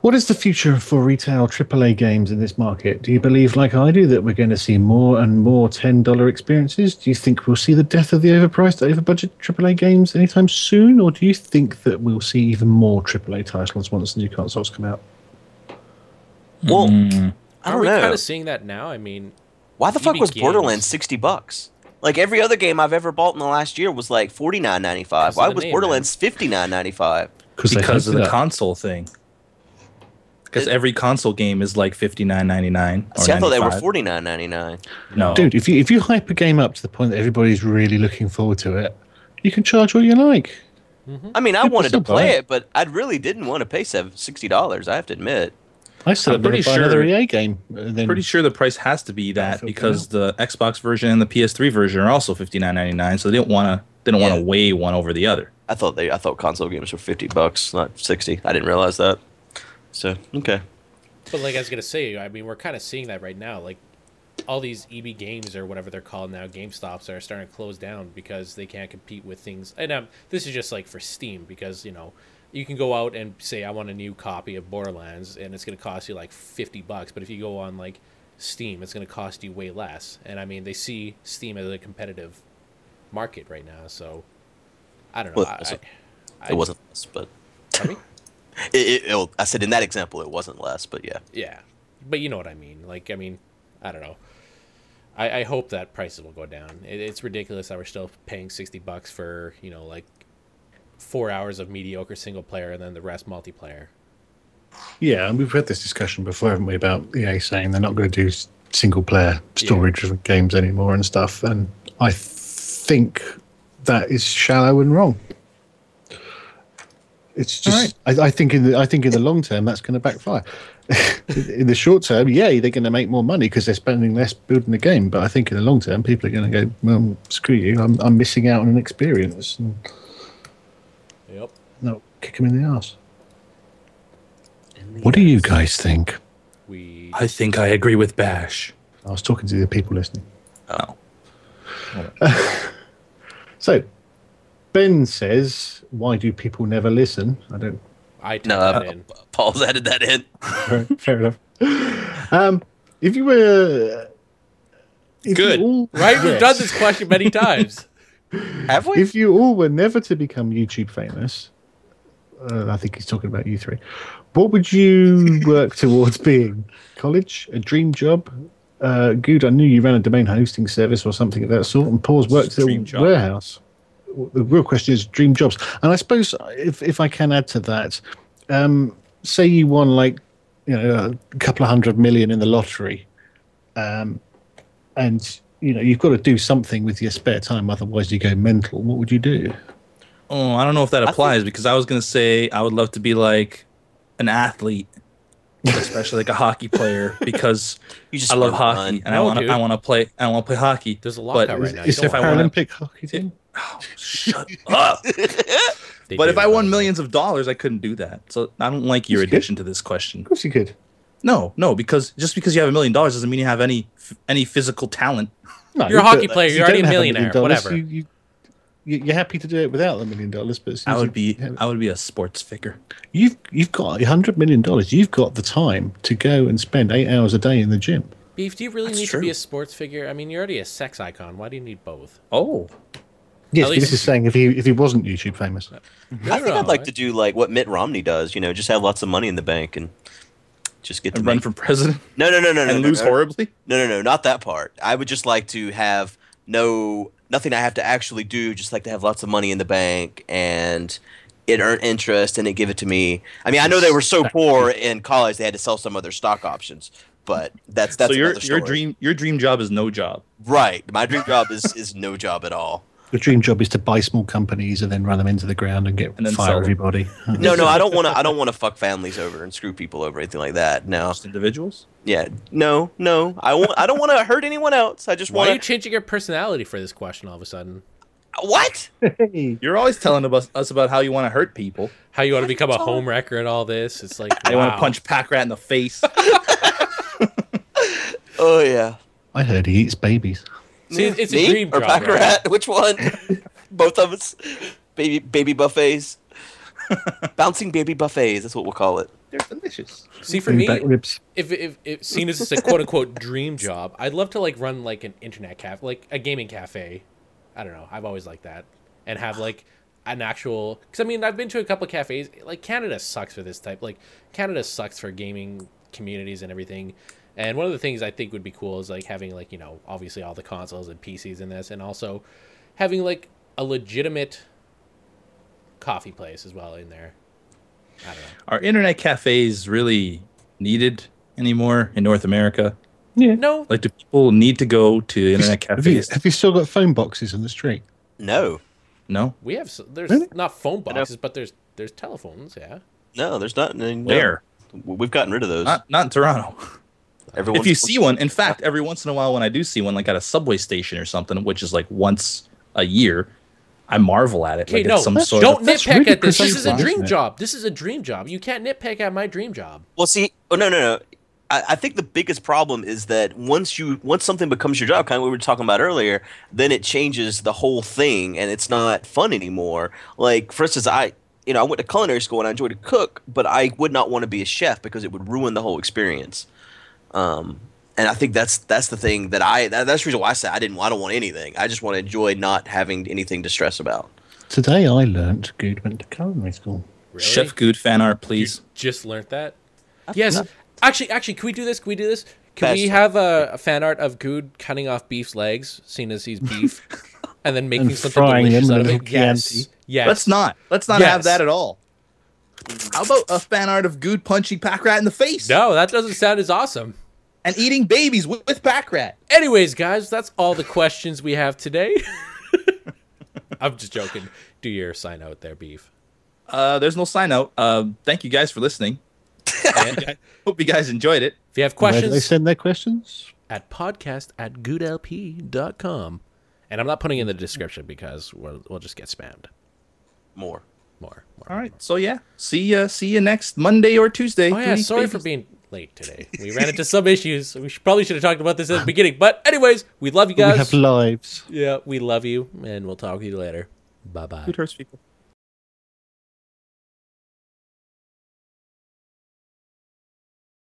Speaker 5: What is the future for retail AAA games in this market? Do you believe, like I do, that we're going to see more and more ten dollar experiences? Do you think we'll see the death of the overpriced, overbudget AAA games anytime soon, or do you think that we'll see even more AAA titles once the new consoles come out?
Speaker 1: well, I
Speaker 4: Are
Speaker 1: don't
Speaker 4: we
Speaker 1: know.
Speaker 4: kind of seeing that now? I mean,
Speaker 1: Why the
Speaker 4: EB
Speaker 1: fuck was
Speaker 4: Games.
Speaker 1: Borderlands sixty bucks? Like every other game I've ever bought in the last year was like forty nine ninety five.
Speaker 4: Because of
Speaker 1: Why
Speaker 4: the
Speaker 1: was
Speaker 4: name,
Speaker 1: Borderlands fifty nine ninety five?
Speaker 5: they
Speaker 3: because
Speaker 5: hyped
Speaker 3: of
Speaker 5: it
Speaker 3: the
Speaker 5: up.
Speaker 3: console thing. Because
Speaker 1: It-
Speaker 3: every console game is like fifty nine ninety nine.
Speaker 1: See, I thought they were forty nine ninety nine.
Speaker 3: No,
Speaker 5: dude. If you if you hype a game up to the point that everybody's really looking forward to it, you can charge all you like.
Speaker 1: I mean, I
Speaker 5: People
Speaker 1: wanted to
Speaker 5: still buy
Speaker 1: play
Speaker 5: it.
Speaker 1: it, but I really didn't want to pay seven, sixty dollars. I have to admit.
Speaker 5: I said
Speaker 3: I'm
Speaker 5: I'm going
Speaker 3: pretty
Speaker 5: to buy another
Speaker 3: sure-
Speaker 5: EA game. And then
Speaker 3: pretty sure the price has to be that
Speaker 5: Battlefield
Speaker 3: because the Xbox version and the PS3 version are also fifty nine ninety nine. So they didn't want to. They don't
Speaker 1: Yeah.
Speaker 3: want to weigh one over the other.
Speaker 1: I thought they, I thought console games were fifty bucks, not sixty. I didn't realize that. So okay,
Speaker 4: but like I was gonna say, I mean, we're kind of seeing that right now. Like all these EB games or whatever they're called now, GameStops are starting to close down because they can't compete with things. And um, this is just like for Steam because you know you can go out and say I want a new copy of Borderlands and it's gonna cost you like fifty bucks. But if you go on like Steam, it's gonna cost you way less. And I mean, they see Steam as a competitive market right now, so I don't know.
Speaker 1: Well,
Speaker 4: I-
Speaker 1: also-
Speaker 4: I,
Speaker 1: it wasn't less, but
Speaker 4: I mean,
Speaker 1: it, it, it, I said in that example it wasn't less, but yeah.
Speaker 4: Yeah, but you know what I mean. Like, I mean, I don't know. I, I hope that prices will go down. It, it's ridiculous that we're still paying sixty bucks for you know like four hours of mediocre single player and then the rest multiplayer.
Speaker 5: Yeah, and we've had this discussion before, haven't we, about EA saying they're not going to do s- single player story driven games anymore and stuff. And I think that is shallow and wrong. It's just, I, I think in the I think in the long term that's going to backfire. in the short term, yeah, they're going to make more money because they're spending less building the game. But I think in the long term, people are going to go, well, screw you, I'm I'm missing out on an experience, and
Speaker 4: Yep.
Speaker 5: that'll kick them in the ass. What do you guys think?
Speaker 4: We
Speaker 3: I think I agree with Bash.
Speaker 5: I was talking to the people listening.
Speaker 3: Oh,
Speaker 5: So, Ben says, "Why do people never listen?" I don't.
Speaker 4: I took
Speaker 1: No,
Speaker 4: that
Speaker 1: uh,
Speaker 4: in.
Speaker 1: Paul's added that in.
Speaker 5: Fair enough. Um, if you were If
Speaker 3: Good.
Speaker 5: You all,
Speaker 4: Right? We've
Speaker 5: Yes.
Speaker 4: done this question many times.
Speaker 1: Have we?
Speaker 5: If you all were never to become YouTube famous, uh, I think he's talking about you three. What would you work towards being? College, a dream job? Uh, good. I knew you ran a domain hosting service or something of that sort. And Paul's worked at
Speaker 3: Dream
Speaker 5: a
Speaker 3: job.
Speaker 5: warehouse. The real question is dream jobs. And I suppose if if I can add to that, um, say you won like you know a couple of hundred million in the lottery and you know you've got to do something with your spare time otherwise you go mental what would you do
Speaker 3: Oh, I don't know if that applies because I was gonna say I would love to be like an athlete, especially like a hockey player because
Speaker 1: You just
Speaker 3: I love
Speaker 1: wanna
Speaker 3: hockey
Speaker 1: run.
Speaker 3: and I
Speaker 4: No,
Speaker 3: want
Speaker 4: dude.
Speaker 3: to I want to play I want to play hockey.
Speaker 4: There's a
Speaker 3: lot
Speaker 4: lockout right now.
Speaker 5: is
Speaker 4: You
Speaker 5: there
Speaker 3: if
Speaker 4: don't
Speaker 3: I
Speaker 4: wanna-
Speaker 3: wanna-
Speaker 5: paralympic hockey team
Speaker 3: Shut up!
Speaker 4: they
Speaker 3: But
Speaker 4: do,
Speaker 3: if I
Speaker 4: by the
Speaker 3: won
Speaker 4: way.
Speaker 3: millions of dollars, I couldn't do that. So I don't like your
Speaker 5: That's good.
Speaker 3: addition to this question.
Speaker 5: of course you could
Speaker 3: No, no, because just because you have a million dollars doesn't mean you have any any physical talent.
Speaker 5: no,
Speaker 4: You're a hockey
Speaker 5: but
Speaker 4: player,
Speaker 5: you
Speaker 4: you're already
Speaker 5: don't
Speaker 4: a
Speaker 5: have
Speaker 4: millionaire,
Speaker 5: dollars,
Speaker 4: whatever.
Speaker 5: you, you, you- you're happy to do it without the million dollars but as soon
Speaker 3: I
Speaker 5: as
Speaker 3: would
Speaker 5: you
Speaker 3: be
Speaker 5: have it-
Speaker 3: I would be a sports figure.
Speaker 5: you've you've got a hundred million dollars you've got the time to go and spend eight hours a day in the gym
Speaker 4: Beef, do you really
Speaker 3: That's
Speaker 4: need to
Speaker 3: true.
Speaker 4: be a sports figure? I mean, you're already a sex icon. Why do you need both?
Speaker 3: Oh,
Speaker 5: yes
Speaker 4: At
Speaker 5: but
Speaker 4: least-
Speaker 5: this is saying if he if he wasn't youtube famous
Speaker 1: I think I'd like to do like what Mitt Romney does. You know, just have lots of money in the bank and just get to
Speaker 3: and run
Speaker 1: make-
Speaker 3: for president
Speaker 1: No, no, no, no, no,
Speaker 3: and
Speaker 1: no,
Speaker 3: lose
Speaker 1: no,
Speaker 3: horribly.
Speaker 1: No, no, no, not that part. I would just like to have no nothing I have to actually do. Just like to have lots of money in the bank and it earn interest and it give it to me. I mean, I know they were so poor in college they had to sell some of their stock options, but that's that's
Speaker 3: so your
Speaker 1: another
Speaker 3: your
Speaker 1: story.
Speaker 3: dream your dream job is no job.
Speaker 1: Right, my dream job is is no job at all.
Speaker 5: the dream job is to buy small companies and then run them into the ground and get
Speaker 3: And then sell
Speaker 5: fire
Speaker 3: them.
Speaker 5: everybody
Speaker 1: No, no, I don't want to. I don't want to fuck families over and screw people over or anything like that. No,
Speaker 3: Just individuals.
Speaker 1: yeah, no, no. I won't. I don't want to hurt anyone else. I just
Speaker 4: Why are you
Speaker 1: want to.
Speaker 4: changing your personality for this question all of a sudden?
Speaker 1: What?
Speaker 3: You're always telling us, us about how you want to hurt people.
Speaker 4: How you want to become a homewrecker and all this? It's like
Speaker 3: I
Speaker 4: wow.
Speaker 3: want to punch Pack Rat in the face.
Speaker 1: Oh yeah.
Speaker 5: i heard he eats babies
Speaker 4: See, it's- it's a
Speaker 1: Me
Speaker 4: dream
Speaker 1: or
Speaker 4: job,
Speaker 1: Packer
Speaker 4: right?
Speaker 1: Hat? Which one? Both of us. Baby baby buffets. Bouncing baby buffets. That's what we'll call it.
Speaker 3: They're delicious.
Speaker 4: See for
Speaker 5: Bring
Speaker 4: me,
Speaker 5: back ribs
Speaker 4: if if, if seen as just a quote unquote dream job, I'd love to like run like an internet cafe, like a gaming cafe. I don't know. I've always liked that, and have like an actual. Because I mean, I've been to a couple of cafes. Like Canada sucks for this type. Like Canada sucks for gaming communities and everything. And one of the things I think would be cool is like having like you know obviously all the consoles and PCs in this, and also having like a legitimate coffee place as well in there. I don't know.
Speaker 3: Are internet cafes really needed anymore in North America?
Speaker 4: No,
Speaker 3: Like, do people need to go to internet
Speaker 5: Have you,
Speaker 3: cafes?
Speaker 5: have you still got phone boxes in the street?
Speaker 1: No.
Speaker 3: No.
Speaker 4: We have s there's
Speaker 5: Really?
Speaker 4: not phone
Speaker 1: know.
Speaker 4: boxes, but there's there's telephones. Yeah,
Speaker 1: No, there's not. No, no.
Speaker 3: Where?
Speaker 1: We've gotten rid of those.
Speaker 3: Not not in Toronto.
Speaker 1: Everyone.
Speaker 3: If you see one, in fact, every once in a while when I do see one, like at a subway station or something, which is like once a year, I marvel at it.
Speaker 4: okay,
Speaker 3: like
Speaker 4: no,
Speaker 3: it's some sort
Speaker 4: don't
Speaker 3: of
Speaker 5: that's
Speaker 4: nitpick
Speaker 5: really
Speaker 4: at this. This
Speaker 5: precise,
Speaker 4: is a dream
Speaker 5: isn't it?
Speaker 4: job. This is a dream job. You can't nitpick at my dream job.
Speaker 1: Well, see. Oh no, no, no. I, I think the biggest problem is that once you once something becomes your job, kind of what we were talking about earlier, then it changes the whole thing, and it's not fun anymore. Like for instance, I you know I went to culinary school and I enjoyed to cook, but I would not want to be a chef because it would ruin the whole experience. Um, and I think that's that's the thing that I that, that's the reason why I said I didn't I don't want anything. I just want to enjoy not having anything to stress about.
Speaker 5: Today I learnt Good went to culinary school.
Speaker 4: Really?
Speaker 3: Chef Good fan art,
Speaker 4: you
Speaker 3: please.
Speaker 4: just learned that. yes, actually, actually, can we do this? Can we do this? Can we
Speaker 1: Best.
Speaker 4: have a, a fan art of Good cutting off Beef's legs, seeing as he's beef, and then making
Speaker 5: And
Speaker 4: something
Speaker 5: frying them
Speaker 4: delicious
Speaker 5: in
Speaker 4: out
Speaker 5: a
Speaker 4: of it?
Speaker 5: little
Speaker 4: Yes,
Speaker 5: Chianti.
Speaker 4: yes.
Speaker 3: Let's not. Let's not have
Speaker 4: Yes.
Speaker 3: that at all. How about a fan art of Good punching Pack Rat in the face
Speaker 4: No, that doesn't sound as awesome.
Speaker 3: and eating babies with, with Pack Rat?
Speaker 4: Anyways, guys, that's all the questions we have today. I'm just joking. Do your sign out there, Beef.
Speaker 3: Uh, there's no sign out. Uh, thank you guys for listening.
Speaker 4: And if
Speaker 3: Hope you guys enjoyed it.
Speaker 4: you have
Speaker 5: Where do they
Speaker 4: questions,
Speaker 5: send their questions?
Speaker 4: at podcast at goodlp.com. And I'm not putting in the description because we'll, we'll just get spammed
Speaker 1: More.
Speaker 4: more. more.
Speaker 3: All right. So yeah, see ya. See you next Monday or Tuesday.
Speaker 4: Oh, yeah.
Speaker 3: Who eats
Speaker 4: Sorry for
Speaker 3: babies?
Speaker 4: being late today. We ran into some issues. We should, probably should have talked about this at the beginning. But, anyways, we love you
Speaker 5: We
Speaker 4: guys.
Speaker 5: have lives.
Speaker 4: yeah, we love you. And we'll talk to you later. Bye bye.
Speaker 3: It hurts people.